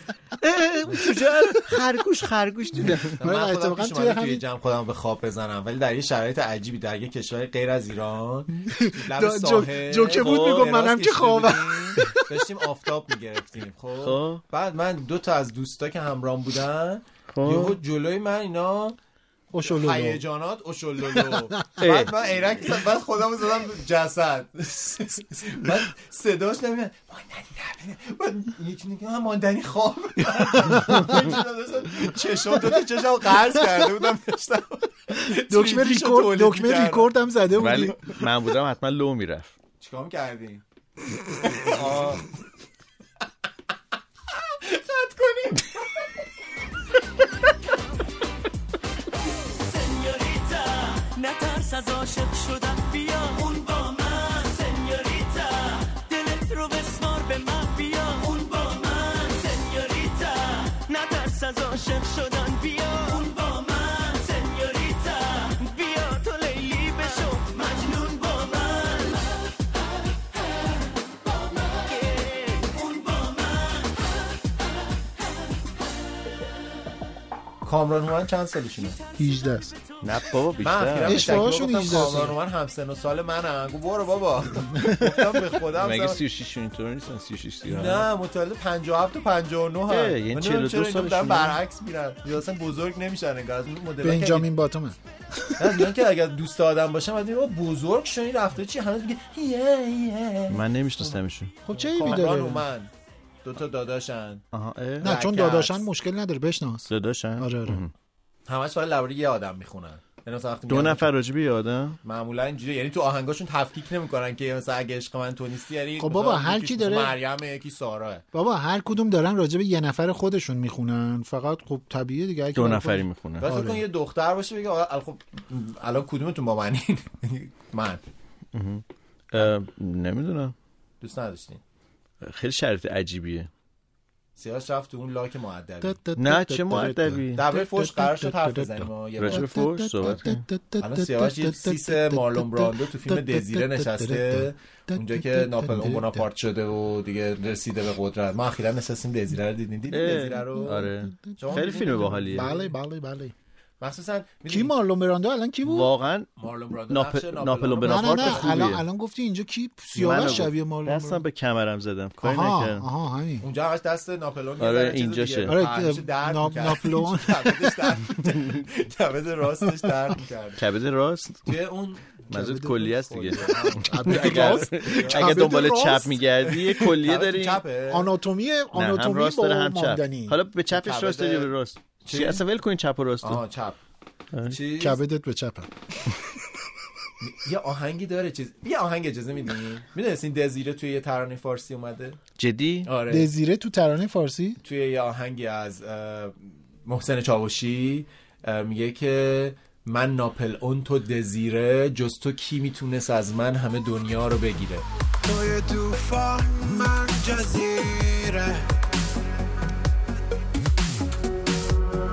A: خرگوش خرگوش دیدم
B: من
C: من خودم
B: اتفاقا
C: پیش
B: توی
C: اومده توی
B: همین
C: جمع خودم به خواب بزنم ولی در یه شرایط عجیبی در یه کشور غیر از ایران تو لب
B: دا- جو-
C: ساحل،
B: جوکه بود،
C: خب،
B: میگفت منم
C: دراز
B: که
C: کشیده
B: خوابم.
C: بودیم، داشتیم آفتاب میگرفتیم خب
A: خب.
C: بعد من دو تا از دوستا که همراهم بودن
A: خب.
C: یهو جلوی من اینا
B: اوشولولو.
C: هیجانات اوشلولو بعد من عینک زدم بعد خودمو زدم جسد بعد صداش نمیاد ماندنی نبینه بعد یکی میگه من ماندنی خواب چشم دو تا چشم قرض کرده بودم داشتم
B: دکمه
C: تریپیشو
B: ریکورد
C: تولید
B: دکمه
C: می‌کردم.
B: ریکورد هم زده
A: ولی
B: بودی
A: من بودم حتما لو میرفت
C: چیکار کردین
H: سنیوریتا نترس از عاشق شدن بیا اون با من سنیوریتا دلت رو بسمار به من بیا اون با من سنیوریتا نترس از عاشق شدن بیا اون با من سنیوریتا بیا تو لیلی بشو مجنون با من با من
C: کامران هومن چند سالشونه
B: 18 است
A: نه بابا
C: من اخیرا به
A: بیشتر
B: اش- اشتباهشون
C: شکیبا گفتم
B: 18 ساله.
C: کامران هومن همسن و سال منم گفت برو بابا گفتم به خودم
A: مگه
C: سال-
A: 36 اینطور نیستن 36 دیگه
C: نه متولد 57 و 59
A: اه،
C: هم
A: یعنی 42
C: دارن
A: سالشونه.
C: برعکس میرن یا اصلا بزرگ نمیشن انگار از اون مدل
B: بنجامین باتومن
C: که اگر دوست آدم باشم بعد میگم آه، بزرگ شدی رفته چی هنوز میگه یه یه
A: من نمیشناسمشون
B: خب چه عیبی
C: کامران و
B: داره
C: من دوتا داداشن
A: آها اه.
B: نه چون
C: رکت.
B: داداشن مشکل نداره بشناس
A: داداشن
B: آره، آره.
A: مهم.
C: همش فقط لبری یه آدم میخونن یعنی مثلا وقتی
A: دو
C: میگن-
A: نفر راجبی یادم
C: معمولا اینجوری یعنی تو آهنگاشون تفکیک نمیکنن که مثلا اگه عشق من تو نیستی یعنی
B: خب بابا،
C: مثلا
B: هر
C: یکیش
B: کی داره-
C: مریم یکی ساراه
B: بابا هر کدوم دارن راجع به یه نفر خودشون میخونن فقط خب طبیعیه دیگه هر کی
A: دو
B: برای
A: نفری
B: خودش-
A: میخونه
C: بعد فکر کن
B: آره.
C: یه دختر باشه بگه آه، خب الان کدومتون با منین من
A: نمیدونم
C: دوست نداشتین
A: خیلی شرط عجیبیه
C: سیاش رفت تو اون لاک معدبی
B: دد دد
A: نه
B: دد دد
A: چه
B: دد
A: معدبی
C: در برای فوش قرار شد حرف بزنیم ما یه
A: راجع
C: بار.
A: به فوش صحبت کنیم
C: الان سیاوش یه سیس مارلون براندو تو فیلم دزیره نشسته اونجا که ناپلئون بناپارت شده و دیگه رسیده به قدرت ما اخیرا نشستیم دزیره رو دیدیم دیدیم
A: اه،
C: دزیره رو
A: آره
C: شما
A: خیلی فیلم باحالیه
B: بله بله بله
C: مخصوصا می‌دونی
B: کی مارلون براندو الان کی بود
A: واقعا
C: مارلون براندو نقش
A: ناپ... ناپلون
C: رو-
B: نه نه
A: بنافارت
B: نه الان
A: خوبیه
B: الان گفتی اینجا کی
A: منو
B: سیاوش
A: گفت.
B: شبیه مارلون
A: دستم
B: براندو
A: به کمرم زدم کاری
B: آها
A: نکردم
B: آها همین
C: اونجا همش دست ناپلون یه
A: آره،
C: ذره چیز
A: اینجا
C: دیگه.
A: شه.
B: آره،
C: پهلوش درد
B: نا-
C: می‌کرد.
B: ناپلئون.
C: کبدش درد می‌کرد. کبد راستش درد میکرد
A: کبد راست
C: توی اون
A: منظورت کلی است دیگه
B: اگر-
A: اگه
B: کبد
A: دنبال
B: راست؟
A: چپ میگردی یه کلیه
C: کبد تو
A: داری نه
C: چپه
B: آناتومی
A: هم
B: آناتومی
A: راست داره
B: با
A: هم چپ
B: ماندنی
A: حالا به چپش
C: کبد-
A: راست داری یا به راست چی اصلا ول کنین چپ و راست رو.
C: آها چپ
A: آره.
C: چی
B: کبدت به چپم
C: یه آهنگی داره چیز یه آهنگ اجازه میدونی میدونستین دزیره توی یه ترانه فارسی اومده
A: جدی
C: آره
B: دزیره تو ترانه فارسی
C: توی یه آهنگی از اه، محسن چاوشی اه، میگه که من ناپل اون تو دزیره جز تو کی میتونست از من همه دنیا رو بگیره
I: توی توفان من جزیره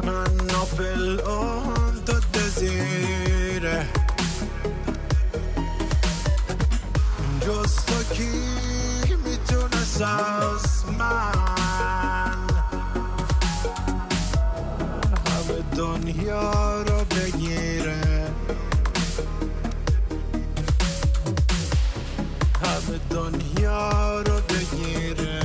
I: من ناپل اون تو دزیره جز تو کی میتونست از من همه دنیا رو بگیره همه دنیا رو بگیره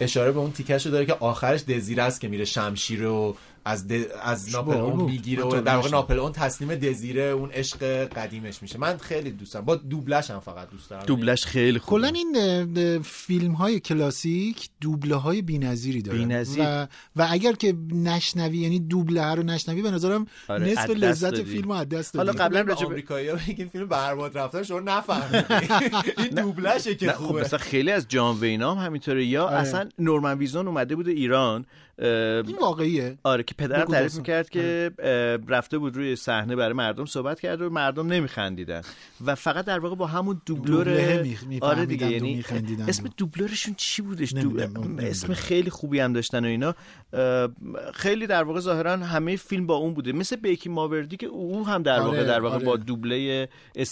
C: اشاره به اون تیکش رو داره که آخرش دزیره است که میره شمشیر رو از, د... از ناپل
B: باحال
C: اون
B: بود.
C: میگیره
B: من
C: و
B: تا
C: در واقع
B: نشنیدم.
C: ناپل اون تصمیم دزیره اون عشق قدیمش میشه من خیلی دوستم با دوبلش هم فقط دوست دارم
A: دوبلش خیلی خوبه
B: کلا این فیلم های کلاسیک دوبله های بی‌نظیری دارن
A: بی‌نظیر.
B: و, و اگر که نشنوی یعنی دوبله ها رو نشنوی به نظرم
A: آره، از
B: نصف
A: دست
B: لذت
A: دادی.
B: فیلم رو از دست
A: حالا
B: دادی
A: قبل- قبلا
C: قبلا به
A: راجع به-
C: آمریکایی‌ها بگیم فیلم برباد رفتن شما نفهمیدی این دوبلشه که
A: نه خب
C: خوبه
A: مثلا خیلی از جان وینا هم همینطوره یا
B: آره.
A: اصلا نورمن ویزون اومده بود ایران اه،
B: این واقعیه
A: آره که پدرم
B: بگو،
A: تعریف
B: بگو. آره.
A: میکرد که اه، رفته بود روی صحنه برای مردم صحبت کرد و مردم نمیخندیدن و فقط در واقع با همون دوبلور
B: دوبله می- میفهمیدن
A: آره دیگه
B: و
A: یعنی
B: میخندیدن
A: اسم
B: و-
A: دوبلورشون چی بودش
B: نمیدونم،
A: دوبل-
B: نمیدونم.
A: اسم خیلی خوبی هم داشتن و اینا اه، خیلی در واقع ظاهرا همه فیلم با اون بوده مثل بیکی ماوردی که او هم در
B: آره،
A: واقع در واقع
B: آره.
A: با دوبله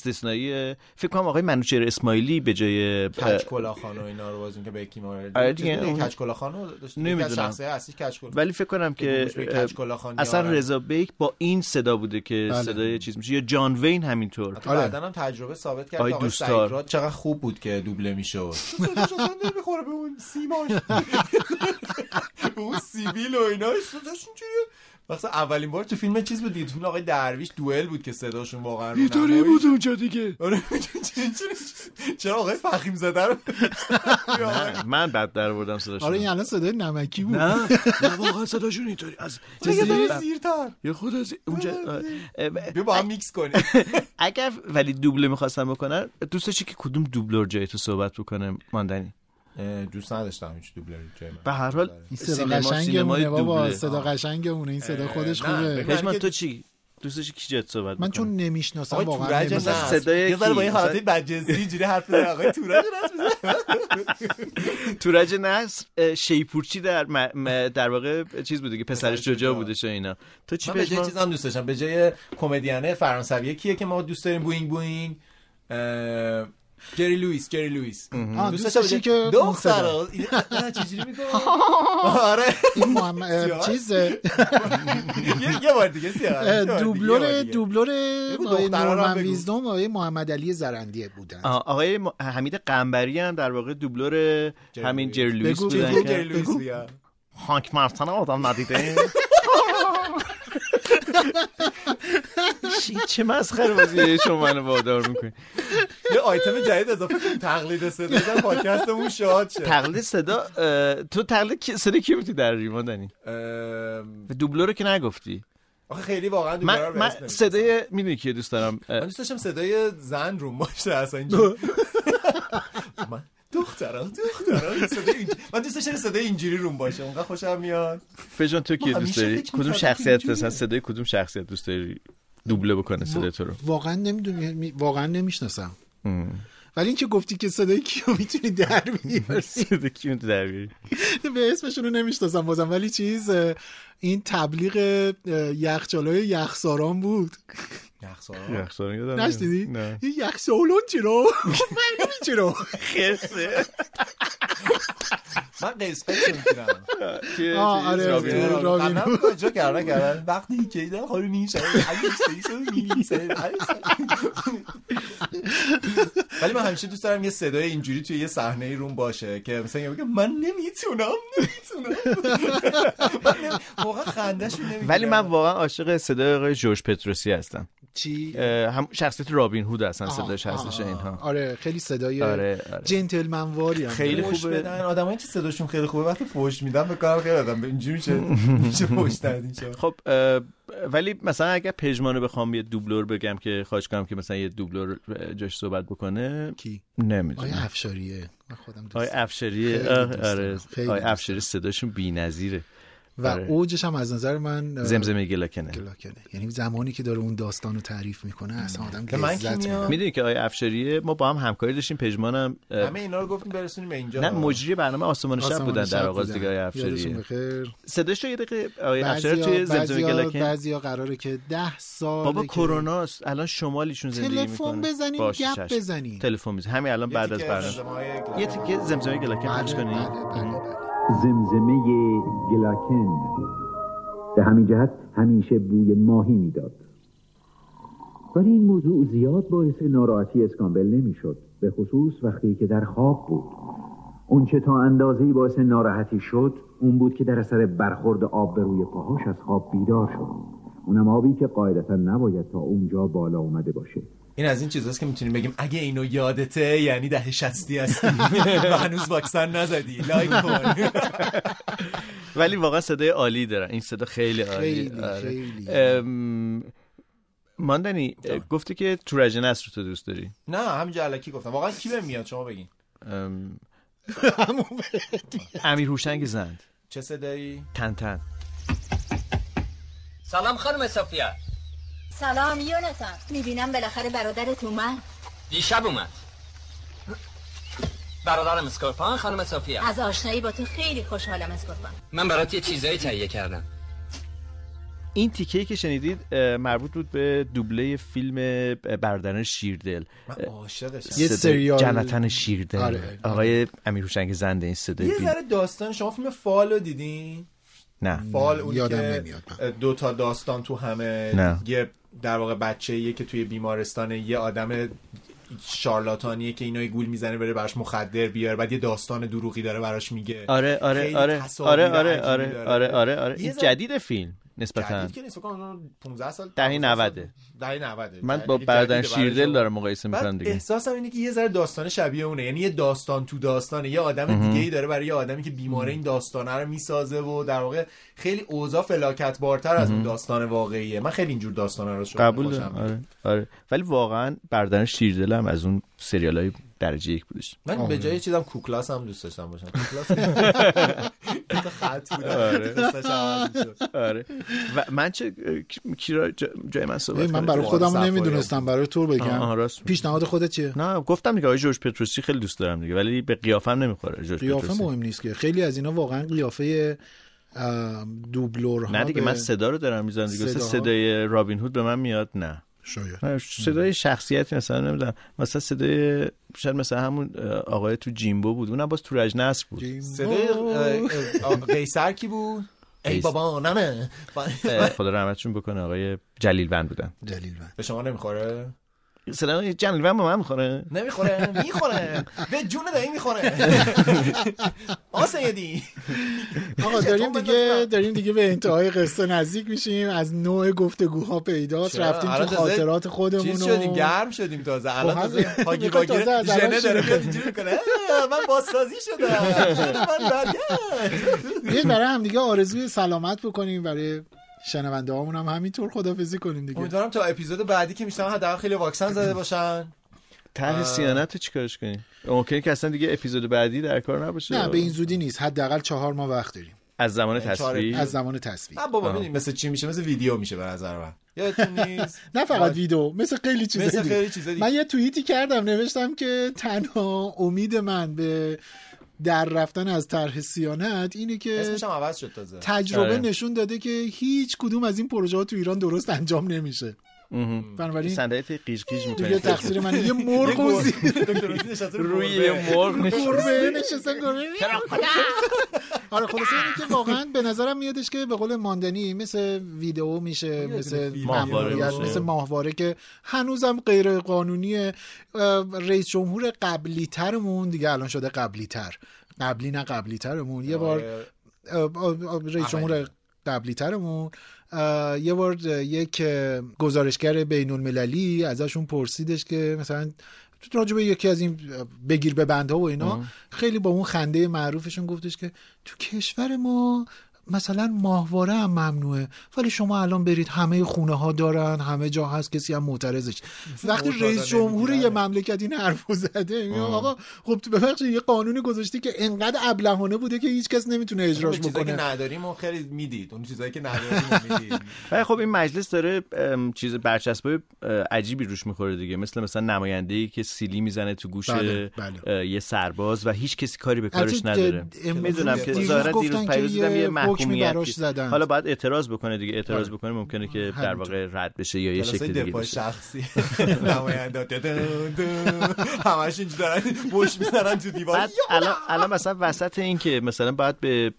A: استثنایی فکر کنم آقای منوچهر اسماعیلی به جای اه،
C: کچ کلاخان و اینا رو بازیم که به کی مورد
A: آره دیگه، اون-
C: کچ کلاخان رو داشت یکی
A: نمی‌دونم.
C: از شخصه اصلی کچ کلا-
A: ولی فکر کنم که
C: دومش به کچ کلاخان
A: اصلا
C: یارن.
A: رضا بیک با این صدا بوده که
B: بله.
A: صدای چیز میشه یا جان وین همینطور
C: حتی بعداً هم تجربه ثابت کرد
A: آره. آی
C: که آقای
A: دوستار.
C: سعیدراد چقدر خوب بود که دوبله میشد صداش اصلا نمیخوره به اون سیماش به اون سیبیل و اینا صداش اینجوریه مثلا اولین بار تو فیلم چیز بود دیگه، تو فیلم آقای درویش دوئل بود که صداشون واقعا رو نمایش-
B: اونجا دیگه
C: آره چه- چه- چه- چرا آقای فخیم زده رو
A: نه، من بعد در بردم صداش
B: آره این الان صدای نمکی بود
A: نه یعنی- نه واقعا صداشون اینطوری از
C: یه
A: جزیره
C: ذره زیرتر
A: یه خود از اونجا خب، آه، اه،
C: بیا با هم میکس کنیم
A: اگر ولی دوبله میخواستم بکنن دوست داشتی که کدوم دوبلور جای تو صحبت بکنه ماندنی
C: اه، دوست نداشتم هیچ دوبلری جای من
A: به هر حال
B: این صدا
A: سینما سینمای
B: قشنگمونه بابا
A: دوبله
B: صدا قشنگمونه این صدا خودش
C: نه،
B: خوبه
C: بگو.
A: پشمان
C: که-
A: تو چی دوست داشتی کی جات صحبت
B: من
A: بکنه؟
B: چون نمیشناسم
C: آقای
B: واقعا
C: تورج
B: نمی‌دونم.
A: مثلا
C: نصر
A: صدای
C: یه ذره با این
A: کی؟
C: حالت بدجنسی اینجوری حرف بزنه آقای تورج نصر می‌زنه.
A: تورج نصر اه، شیپورچی در م- م- در واقع چیز بوده که پسرش جوجا بوده چه اینا تو چی
C: من به جای
A: پشمان؟
C: چیز هم دوست داشتم به جای کمدین فرانسویه کیه که ما دوست داریم بوینگ بوینگ اه، جری لوئیس جری لوئیس
B: آه،
C: دوست
B: دوستشی
C: داشتم
B: که
C: بگم،
B: اون صدا.
C: دخترا اینا چجوری میگن آره
B: این محمد
C: سیاه.
B: چیز
C: یه- یه بار دیگه سیاه یه بار دیگه، یه
B: دوبلور
C: بار دیگه.
B: دوبلور
C: بگو
B: آقای
C: دخترا رو هم
B: نورمن
C: بگو.
B: ویزدوم و آقای محمد علی زرندیه بودن
A: آه، آقای م- حمید قنبری هم در واقع دوبلور همین
C: لوئیس.
A: جری لوئیس
B: بگو،
A: بودن
C: بگو
A: که
C: جری لوئیس بیا.
A: هانک مرتن آدم ندیده چی- چه مسخره بازیه شما منو وادار میکنی
C: یه آیتم جدید اضافه کنیم تقلید صدا بزن، پادکستمون شاد شه
A: تقلید صدا اه، تو تقلید کی- صدا کی بودی در ریما دنی
C: ام،
A: دوبلو رو که نگفتی
C: آخه خیلی واقعا دوباره
A: من,
C: به اسم
A: من
C: نمی‌رسم.
A: صدای میدونی که دوست دارم اه،
C: من دوست داشتم صدای زن رو باشه اصلا اینجوری من دخترا دخترا این صدای اینج- من دوست داشتم صدای اینجوری روم باشه اونقدر خوشم میاد
A: فشان تو کی
C: ما
A: دوست
C: همیشه
A: داری
C: فکر می‌کردیم
A: کدوم شخصیت
C: اینجوریه.
A: مثلا صدای کدوم شخصیت دوست داری دوبله بکنه صدای تو رو
B: واقعا نمیدونم واقعا یعنی نمیشناسم ولی اینکه گفتی که صدای کیو میتونی در بیاری
A: صدای کی می‌تونی در بیاری؟
B: به اسمشون رو نمیشناسم بازم ولی چیز اه، این تبلیغ اه، یخچالای یخساران بود
C: یخسارا
A: یخساران یادم نمیاد.
B: نشنیدی؟
A: آره. نه
B: این یخسالون چی رو؟ معلومه چی رو؟
A: خرسه
C: من قسمت میکنم
A: که
B: آه،
A: چیز
B: آره،
A: رابین.
B: آره. رابین
C: قلم کجا کردن کردن وقتی که ایدن خارو میشه ولی من همیشه دوست دارم یه صدای اینجوری توی یه صحنه روم باشه که مثلا یه بگه من نمیتونم نمیتونم من نمی- واقعا خندهشون نمیگیره
A: ولی من واقعا عاشق صدای آقای جورج پتروسی هستم
B: چی؟
A: اه، هم شخصیت رابین هود هستن صداش
B: آها،
A: هستش
B: آها.
A: اینها
B: آره خیلی صدای
A: آره، آره.
B: جنتلمن واری هم.
A: خیلی
C: فوش
A: خوبه.
C: یعنی بدن آدمایی که صداشون خیلی خوبه وقتی فوش میدن به کارم خیلی آدم به اینجوری میشه میشه فوش دادن اینجا
A: خب اه، ولی مثلا اگر پژمانو بخوام یه دوبلور بگم که خواهش کنم که مثلا یه دوبلور جاش صحبت بکنه
B: کی؟ آیا
A: نمیدونم
B: افشاریه من خودم دوست
A: آقای
B: دارم.
A: افشاری
B: خیلی
A: آه،
B: دوست
A: آره
B: دارم. خیلی
A: آقای
B: دوست
A: افشاری صداشون بی‌نظیره
B: و
A: آره.
B: اوجش هم از نظر من اه،
A: زمزمه گلاکنه
B: گلاکنه. یعنی زمانی که داره اون داستان رو تعریف میکنه اصلا آدم
C: که من کی
B: لذت می‌بره.
C: میام
A: میدونی که آقای افشاریه ما با هم همکاری داشتیم پژمانم اه،
C: همه اینا رو گفتیم برسونیم به اینجا
A: نه مجری برنامه آسمان شب
B: آسمان
A: بودن
B: شب
A: در آغاز
B: بودن.
A: دیگه آقای افشاریه
B: یادشون بخیر
A: صداش رو یه دقیقه آقای افشاری
B: بعضیا
A: توی زمزمه
B: بعضیا
A: گلاکن
B: بعضیا قراره که ده سال
A: بابا کرونا است الان شمالیشون زندگی میکنه
B: تلفن بزنین، گپ بزنین.
A: تلفن میزنین همین الان بعد از برنامه یه تیکه زمزمه گلاکن
B: بله،
A: پخش کنی
G: زمزمه گلاکن به همین جهت همیشه بوی ماهی میداد ولی این موضوع زیاد باعث ناراحتی اسکامبل نمیشد به خصوص وقتی که در خواب بود اون که تا اندازه‌ای باعث ناراحتی شد اون بود که در اثر برخورد آب به روی پاهاش از خواب بیدار شد اونم آبی که قاعدتا نباید تا اونجا بالا اومده باشه
C: این از این چیزاست که میتونیم بگیم اگه اینو یادته یعنی ده شستی هستی و هنوز واکسن نزدی لایک کن
A: ولی واقعا صدای عالی دارن این صدا خیلی عالی
B: خیلی،
A: آره.
B: خیلی.
A: ام، ماندنی اه، گفتی که تورج نصر رو تو دوست داری
C: نه همینجا الکی گفتم واقعا کی بهم میاد شما بگین
A: ام، امیر هوشنگ زند
C: چه صدایی
A: تن تن
J: سلام خانم صفیه
F: سلام یونتان میبینم بالاخره برادرت اومد
J: دیشب اومد برادرم اسکورپان خانم صوفیا
F: از آشنایی با تو خیلی خوشحالم از گفتم
J: من برات یه چیزایی تهیه کردم
A: این تیکه که شنیدید اه، مربوط بود به دوبله فیلم اه، برادران شیردل
C: من عاشقشم
B: یه
A: صدای
B: سریال-
A: جنتن شیردل
B: آره.
A: آقای امیر هوشنگ زنده این صدای
C: یه
A: بی...
C: ذره داستان شما فیلم فال رو دیدین
A: نه
C: فال اون
B: یادم
C: که
B: نمیاد.
C: دو تا داستان تو همه
A: نه.
C: یه در واقع بچه یه که توی بیمارستان یه آدم شارلاتانیه که اینو یه گول میزنه بره براش مخدر بیاره بعد یه داستان دروغی داره براش میگه
A: آره آره
C: خیلی
A: آره
C: تصاویر
A: آره آره
C: عجیبی
A: آره
C: داره.
A: آره آره آره
C: یه
A: این
C: ذره-
A: جدید فیلم نسبتا
C: جدید که نیست فکر کنم 15 سال
A: دهه
C: 15 سال-
A: 90.
C: دهه 90
A: من
C: جدید-
A: با برادران
C: جدیده برای
A: شیردل
C: شما.
A: دارم مقایسه میکنم
C: بعد
A: دیگه
C: احساسم اینه که یه ذره داستان شبیه اونه یعنی یه داستان تو داستانه یه آدم دیگه ای داره برای یه آدمی که بیماره این داستانه رو میسازه و در واقع خیلی اوضاع فلاکت بارتر از اون داستان واقعیه من خیلی اینجور داستانا رو شما
A: قبول
C: خوشم
A: دارم
C: میاد.
A: آره آره ولی واقعا برادران شیردل هم از اون سریال های درجه یک بودش
C: من به جای چیزم کوکلاس هم دوست داشتم باشم کوکلاس دوتا خط بودم.
A: آره.
C: دوست داشتم عوض می‌شد.
A: آره و من چه کی- کیرا جا- جای من صحبت
B: من
A: کنه؟
B: برای خودم
C: صفایی.
B: نمیدونستم برای تو
A: آه، آه،
B: بگم
A: راست میگی.
B: پیشنهاد خودت چیه
A: نه گفتم دیگه آقای جورج پتروسی خیلی دوست دارم دیگه ولی به قیافم نمیخوره جورج
B: قیافه
A: پتروسی
B: مهم نیست که خیلی از اینا واقعا قیافه دوبلور ها
A: نه دیگه من صدا رو دارم میزنم دیگه مثل
B: صداها.
A: صدای رابین هود به من میاد نه
B: شاید
A: صدای شخصیتی مثلا نمیدونم مثلا صدای شاید مثلا همون اه، آقای تو جیمبو بود اونم باز تورج نصر بود
C: صدای اه، اه، قیصر کی بود ای
A: قیصر.
C: بابا نمه
A: اه، خدا رحمتشون بکنه آقای جلیل بند بودن
B: جلیل بند
C: به شما نمیخوره
A: صدای جلیل بند به من میخوره
C: نمیخوره میخوره به جون دایی میخوره آسیدی
B: آقا داریم دیگه داریم دیگه به انتهای قصه نزدیک میشیم از نوع گفتگوها پیداست
C: چرا؟
B: رفتیم
C: الان
B: تو
C: تازه
B: خاطرات خودمون
C: چیز شدیم
B: و
C: گرم شدیم تازه الان
B: خب،
C: تازه
B: همین.
C: هاگی
B: می‌خوای
C: واگی
B: تازه از اول
C: ژنه داره
B: شروع
C: بیاد اینجوری میکنه اه، من بازسازی شدم جون من برگشت
B: یه برای هم دیگه آرزوی سلامت بکنیم برای شنونده هامون هم همینطور خدافزی کنیم دیگه
C: امیدوارم تا اپیزود بعدی که میشنم حداقل خیلی واکسن زده باشن
A: ته سیانت رو چیکارش کنی ممکنه که اصلا دیگه اپیزود بعدی در کار نباشه
B: نه به این زودی نیست حداقل چهار ماه وقت داریم
A: از زمان
C: چهار
A: تصویر
B: از زمان تصویر
C: نه بابا ببین مثل چی میشه مثل ویدیو میشه به نظر من یادتون نیست
B: نه فقط ویدیو مثل خیلی
C: آره. مثل
B: چیزا
C: خیلی چیزای دیگه.
B: من یه توییتی کردم نوشتم که تنها امید من به در رفتن از طرح سیانت اینه که
C: اسمش هم عوض شد تازه
B: تجربه
A: آره.
B: نشون داده که هیچ کدوم از این پروژه ها تو ایران درست انجام نمیشه بنابراین
A: صندلی توی قیش قیش
B: دیگه
A: میکنه
B: تقصیر من یه مرغ و زیر
C: دکتر روزی نشسته بود.
A: روی یه مرغ نشسته.
B: گربه نشستن گربه آره خلاصه اینه که واقعا به نظرم میادش که به قول ماندنی مثل ویدیو میشه مثل
A: ماهواره
B: ماموریت،
A: میشه.
B: مثل ماهواره که هنوزم غیر قانونیه اه، رئیس جمهور قبلی ترمون دیگه الان شده قبلی تر قبلی نه قبلی ترمون یه بار
C: آره.
B: اه، آه، آه، رئیس جمهور قبلی ترمون اه، یه بار اه، یک اه، گزارشگر بین المللی ازشون پرسیدش که مثلا راجع به یکی از این اه، بگیر به بندها و اینا خیلی با اون خنده معروفشون گفتش که تو کشور ما مثلا ماهواره هم ممنوعه ولی شما الان برید همه خونه ها دارن همه جا هست کسی هم معترضش وقتی
C: معترض
B: رئیس جمهور یه
C: نمی‌گیرنه.
B: مملکت این حرفو زده میگم آقا خب تو ببخشید یه قانون گذاشتی که انقدر ابلهانه بوده که هیچ کس نمیتونه
C: اون
B: اجراش
C: چیزایی که
B: بکنه
C: نداریم و خیلی میدید اون چیزایی که نداریم و میدید
A: ولی خب این مجلس داره ام، چیز برچسبای اه، عجیبی روش میخوره دیگه مثل مثلا نماینده‌ای که سیلی میزنه تو گوش
B: بله، بله.
A: اه، یه سرباز و هیچ کسی کاری به کارش
B: البته
A: نداره
B: امروز
A: میدونم که
B: دیروز
A: ظاهرا
B: گفتن
A: دیروز
B: که
A: پیروز دیدم
B: یه
A: یه
B: حکمی
A: محکومیت
B: براش
A: که-
B: زدن.
A: حالا باید اعتراض بکنه دیگه اعتراض
B: آره.
A: بکنه ممکنه که در
B: همینطور.
A: واقع رد بشه یا یه
C: کلاسای
A: شکل دیگه
C: دفاع
A: بشه
C: شخصی نماینده ددون دون. همش اینجا دارن مش میزنن تو دیوار
A: بعد الان الان مثلا وسط این که مثلا باید به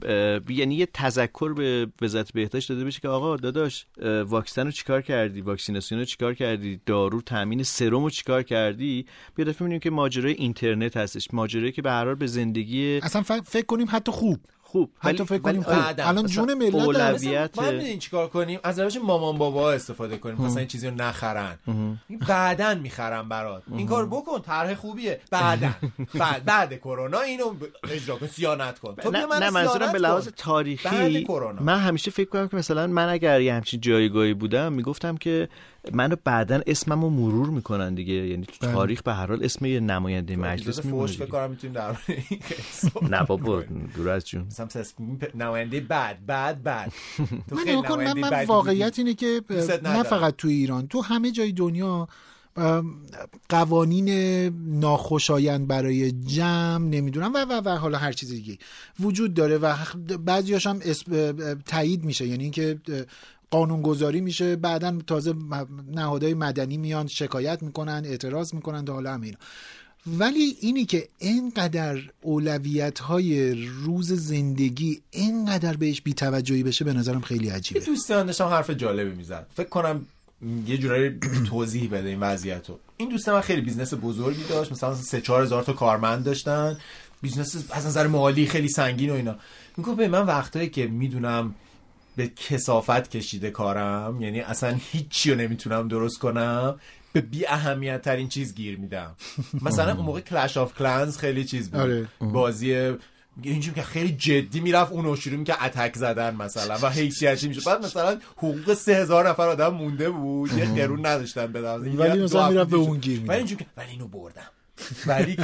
A: اه، یعنی یه تذکر به وزارت بهداشت داده بشه که آقا داداش اه، واکسن رو چیکار کردی واکسیناسیون رو چیکار کردی دارو تامین سرم رو چیکار کردی بیا دفعه می‌بینیم که ماجرای اینترنت هستش ماجرایی که به هر حال به زندگی
B: اصلا ف- فکر کنیم حتی خوب
A: خوب
B: حتی فکر کنیم
A: ولی-
B: خوب
C: آدم.
B: الان
A: مثلا
B: جون ملت
A: اولویت.
B: هم-
C: مثلا ما می‌دونیم چیکار کنیم از روش مامان بابا استفاده کنیم مثلا این چیزی رو نخرن بعدن میخرن برات این کار بکن طرح خوبیه بعدن بعد بعد کرونا اینو ب- اجرا کن سیانت کن تو بیا
A: نه,
C: من
A: نه منظورم
C: سیانت
A: به لحاظ
C: کن. بعد
A: تاریخی
C: کرونا.
A: من همیشه فکر کنم که مثلا من اگر یه همچین جایگاهی بودم میگفتم که منو بعدا اسمم رو مرور میکنن دیگه یعنی تو تاریخ به هر حال اسم یه نماینده
C: اپیزود
A: مجلس
C: بله. فوش فکر
A: میمونه
C: کنم میتونیم در مورد این قصه
A: نه بابا دور از جون
C: مثلا پس- نماینده بعد بعد بعد تو
B: من
C: خیلی
B: نگاه کن من,
C: نماینده
B: من
C: بدی بودی.
B: واقعیت اینه که اه،
C: دوستت
B: نه
C: ندارم.
B: فقط تو ایران تو همه جای دنیا ام، قوانین ناخوشایند برای جمع نمیدونم و و و حالا هر چیز دیگه وجود داره و بعضیاش هم اسم- اه، اه، تایید میشه یعنی اینکه اه، قانونگذاری میشه بعدا تازه م- نهادهای مدنی میان شکایت میکنن اعتراض میکنن تا حالا هم اینا. ولی اینی که اینقدر اولویت های روز زندگی اینقدر بهش بیتوجهی بشه به نظرم خیلی عجیبه
C: یه دوستی من داشتم حرف جالبی میزد فکر کنم یه جورایی توضیح بده این وضعیت رو این دوست من خیلی بیزنس بزرگی داشت مثلا سه چهار هزار تا کارمند داشتن بیزنس از نظر مالی خیلی سنگین و اینا میگفت به من وقتایی که میدونم به کسافت کشیده کارم یعنی اصلا هیچی رو نمیتونم درست کنم به بی اهمیت ترین چیز گیر میدم مثلا اون موقع کلش آف کلنز خیلی چیز بود
B: آره.
C: بازی اینجوری که خیلی جدی میرفت اون شروع که اتک زدن مثلا و حیثیتی میشه بعد مثلا حقوق 3000 نفر آدم مونده بود یه قرون نداشتن بدن یه
B: ولی
C: دو
B: مثلا
C: هفته
B: میرفت به
C: دیر
B: اون
C: شد.
B: گیر میداد.
C: ولی اینجوری که ولی اینو بردم ولی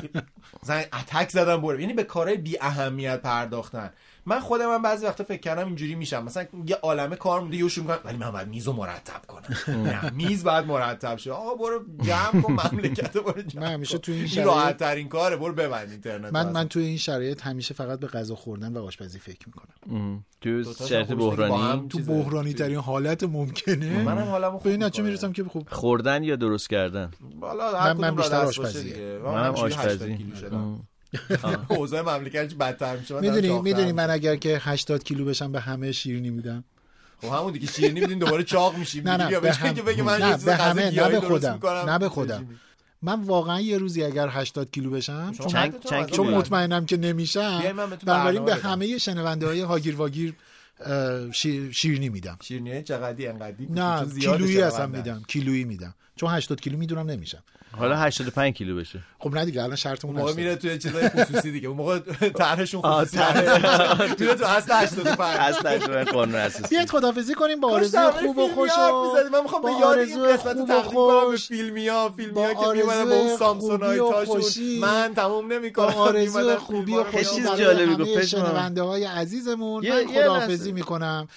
C: مثلا اتک زدن بردم یعنی به کارهای بی اهمیت پرداختن من خودم هم بعضی وقتا فکر کردم اینجوری میشم مثلا یه عالمه کار مونده یهو شروع می‌کنم ولی من باید میزو مرتب کنم نه میز باید مرتب شه آقا برو جمع کن مملکت رو برو جمع
B: من همیشه
C: کن.
B: تو این
C: این
B: شرایط-
C: راحت ترین کاره برو ببند اینترنت
B: من
C: رو.
B: من توی این شرایط همیشه فقط به غذا خوردن و آشپزی فکر میکنم
A: تو
C: دوتاشون
A: شرط
C: خودشون با
A: بحرانی
C: هم
B: تو
C: چیزه.
B: بحرانی ترین حالت ممکنه
C: منم حالمو
B: به
C: خوب
B: این نتیجه
C: می‌کنه.
B: میرسم که خب
A: خوردن یا درست کردن
C: بالا هر
B: من- من
C: کدوم را
B: بیشتر
C: دست باشه
B: آشپزیه.
C: دیگه.
A: منم
C: همینجوری 80
A: آشپزی
C: کیلو شدم اوضاع مملکت چی بدتر میشه من دارم
B: میدونی
C: چاق‌تر
B: میدونی
C: می‌شم.
B: من اگر که 80 کیلو بشم به همه شیرینی میدم
C: خب همون دیگه شیرینی میدین دوباره چاق میشیم
B: نه، نه،
C: یا
B: به
C: بهش
B: هم-
C: بگه بگه من
B: نه،
C: یه چیز
B: به
C: غذا
B: همه، نه
C: گیاهی
B: به
C: درست
B: خودم،
C: می‌کنم.
B: نه به خودم. من واقعا یه روزی اگر 80 کیلو بشم
C: شما
B: چون,
A: چند-
C: قدتون
A: چند
C: از
A: کیلو
B: چون
C: اون
A: بودی؟
B: مطمئنم که
C: بیای
B: نمیشم
C: من به
B: بنابراین
C: تو برنامه
B: به
C: بدم.
B: همه شنونده های هاگیر واگیر اه، شیر- شیرینی میدم
C: شیرینی چقدی انقدی
B: نه کیلویی اصلا میدم کیلویی میدم چون 80 کیلو میدونم نمیشم
A: حالا 85 کیلو بشه
B: خب نه دیگه الان شرطمون
C: موقع
B: 80.
C: میره توی چیزای خصوصی دیگه اون موقع طرحشون
A: آه،
C: خصوصی میره تو اصل 85
A: از تجربه قانون اساسی
B: بیاید خدافزی کنیم با
C: کاش
B: آرزو
C: درباره
B: خوب و
C: فیلمی
B: خوش
C: حرف
B: و
C: می‌زدیم. من میخوام به
B: با
C: یاد
B: آرزو
C: این قسمت رو
B: خوب و
C: تقدیم کنم به
B: خوش.
C: فیلمی ها فیلمی
B: با
C: ها که میومدن با اون
B: آرزو خوبی
C: سامسونای
B: و
C: تاشون
B: خوشی.
C: من تموم نمی
B: با
C: کنم
B: آرزو خوبی و
A: خوشی
B: خوشی
A: چیز
B: برای
A: جالبی گفت،
B: همه
A: پشمان.
B: شنونده های عزیزمون
A: یه-
B: من
A: یه
B: خداحافظی
A: لحظه.
B: میکنم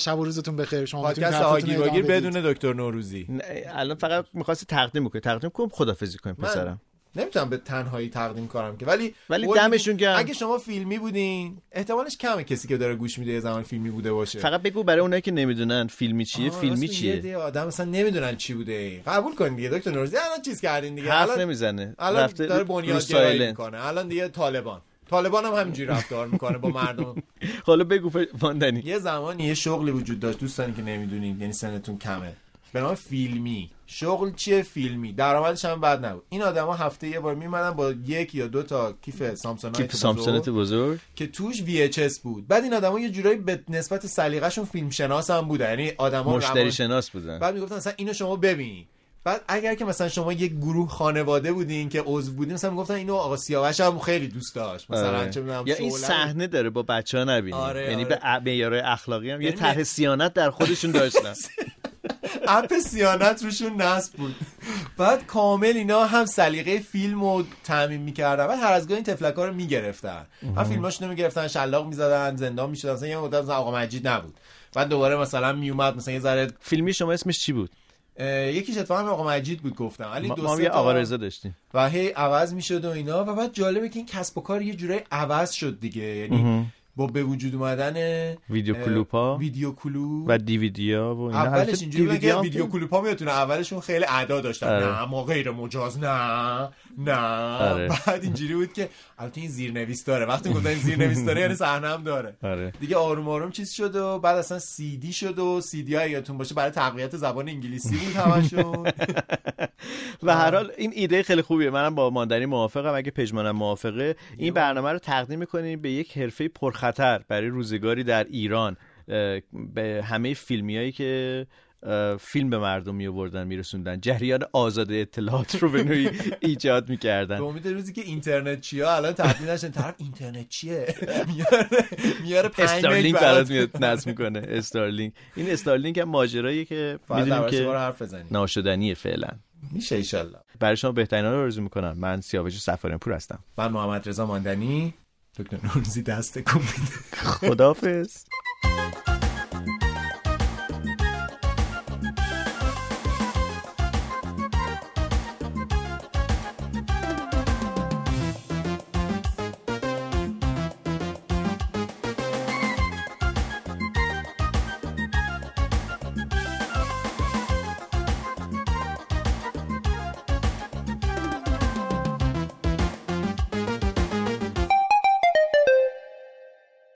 B: شب و روزتون بخیر شما میتونید
C: پادکست
B: حرفتون
C: هاگیر
B: رو ادامه
C: واگیر
B: بدید
C: بدون دکتر نوروزی
A: نه، الان فقط میخواستی تقدیم کنی تقدیم کنم خدافزی کنیم
C: من
A: پسرم
C: نمیتونم به تنهایی تقدیم کنم که ولی
A: ولی
C: قول
A: دمشون
C: می‌دم
A: گرم.
C: اگه شما فیلمی بودین احتمالش کمه کسی که داره گوش میده یه زمان فیلمی بوده باشه
A: فقط بگو برای اونایی که نمیدونن فیلمی چیه
C: آه،
A: فیلمی
C: راست
A: چیه
C: یه عده آدم مثلا نمیدونن چی بوده قبول کن دیگه دکتر نوروزی الان چیز کردین دیگه
A: حرف
C: الان
A: نمیزنه
C: الان
A: رفته
C: داره
A: رو
C: بنیاد گرایی
A: سایلنت
C: میکنه الان دیگه طالبان طالبان هم همینجوری رفتار میکنه با مردم
A: حالا بگو پ- ماندنی
C: یه زمانی یه شغلی وجود داشت دوستانی که نمیدونین یعنی سنتون کمه به نام فیلمی شغل چیه فیلمی درآمدش هم بد نبود این آدما هفته یه بار میمدن با یک یا دو تا کیف سامسونایت
A: کیپ
C: بزرگ
A: سامسونت بزرگ
C: که توش VHS بود بعد این آدما یه جورایی به نسبت سلیقه‌شون فیلم شناس هم بودن یعنی آدما
A: مشتری
C: روان-
A: شناس بودن
C: بعد میگفتن مثلا اینو شما ببینید بعد اگر که مثلا شما یک گروه خانواده بودین که عضو بودین مثلا میگفتن اینو آقا سیاوش هم خیلی دوست داشت مثلا
A: آره.
C: چه می‌دونم
A: یا این
C: شعله.
A: صحنه داره با بچه ها نبینی
C: آره،
A: یعنی
C: آره.
A: به ا- معیارهای اخلاقی هم یه
C: یعنی
A: طرح
C: می-
A: سیانت در خودشون داشتن
C: اپ سیانت روشون نصب بود بعد کامل اینا هم سلیقه فیلم رو تعمین میکردن بعد هر از گاهی این تفلکا رو میگرفتن هم فیلماشونو میگرفتن شلاق میزدن زندان میشدن مثلا یه مدت مثلا آقا مجید نبود بعد دوباره مثلا میومد مثلا یه ذره
A: فیلمی شما اسمش چی بود
C: اه، یکیش اتفاقا آقا مجید بود گفتم ولی
A: ما
C: یعنی دو
A: ما هم
C: سه
A: یه
C: تا-
A: آقا رضا داشتیم
C: و هی عوض میشد و اینا و بعد جالبه که این کسب و کار یه جورایی عوض شد دیگه یعنی با به وجود اومدن
A: ویدیو
C: اه،
A: کلوپ‌ها.
C: ویدیو کلوپ
A: و دیویدیا و خب اینا
C: اولش
A: البته
C: اینجوری بود که
A: دیویدیا هم
C: ویدیو
A: که-
C: کلوپ ها میتونه اولشون خیلی ادا داشتن
A: آره.
C: نه ما غیر مجاز نه نه
A: آره.
C: بعد اینجوری بود که البته این زیرنویس داره وقتی گفتن این زیرنویس داره یعنی صحنه هم داره
A: آره
C: دیگه آروم آروم چیز شد و بعد اصلا سی دی شد و سی دی ها یادتون باشه برای تقویت زبان انگلیسی بود همشون
A: و هر حال این ایده خیلی خوبیه منم با ماندنی موافقم اگه پژمانم موافقه این برنامه رو تقدیم میکنیم به یک حرفه پرخطر برای روزگاری در ایران اه، به همه فیلمیایی که اه، فیلم به مردم می آوردن میرسوندن جریان آزاد اطلاعات رو به نوعی ایجاد میکردن
C: به امید روزی که اینترنت چیا الان تبدیل نشن طرف اینترنت چیه میاره میاره پنج
A: استارلینک
C: مگ
A: برات میاد نصب میکنه استارلینک این استارلینک هم ماجرایی که
C: باید
A: میدونیم
C: درباره‌ش دوباره
A: که
C: حرف بزنیم
A: ناشدنیه فعلا
C: میشه ایشالله
A: برای شما بهترین رو آرزو میکنم من سیاوش سفارنپور هستم
C: من محمد رضا ماندنی دکتر نوروزی دست کن
A: خدافظ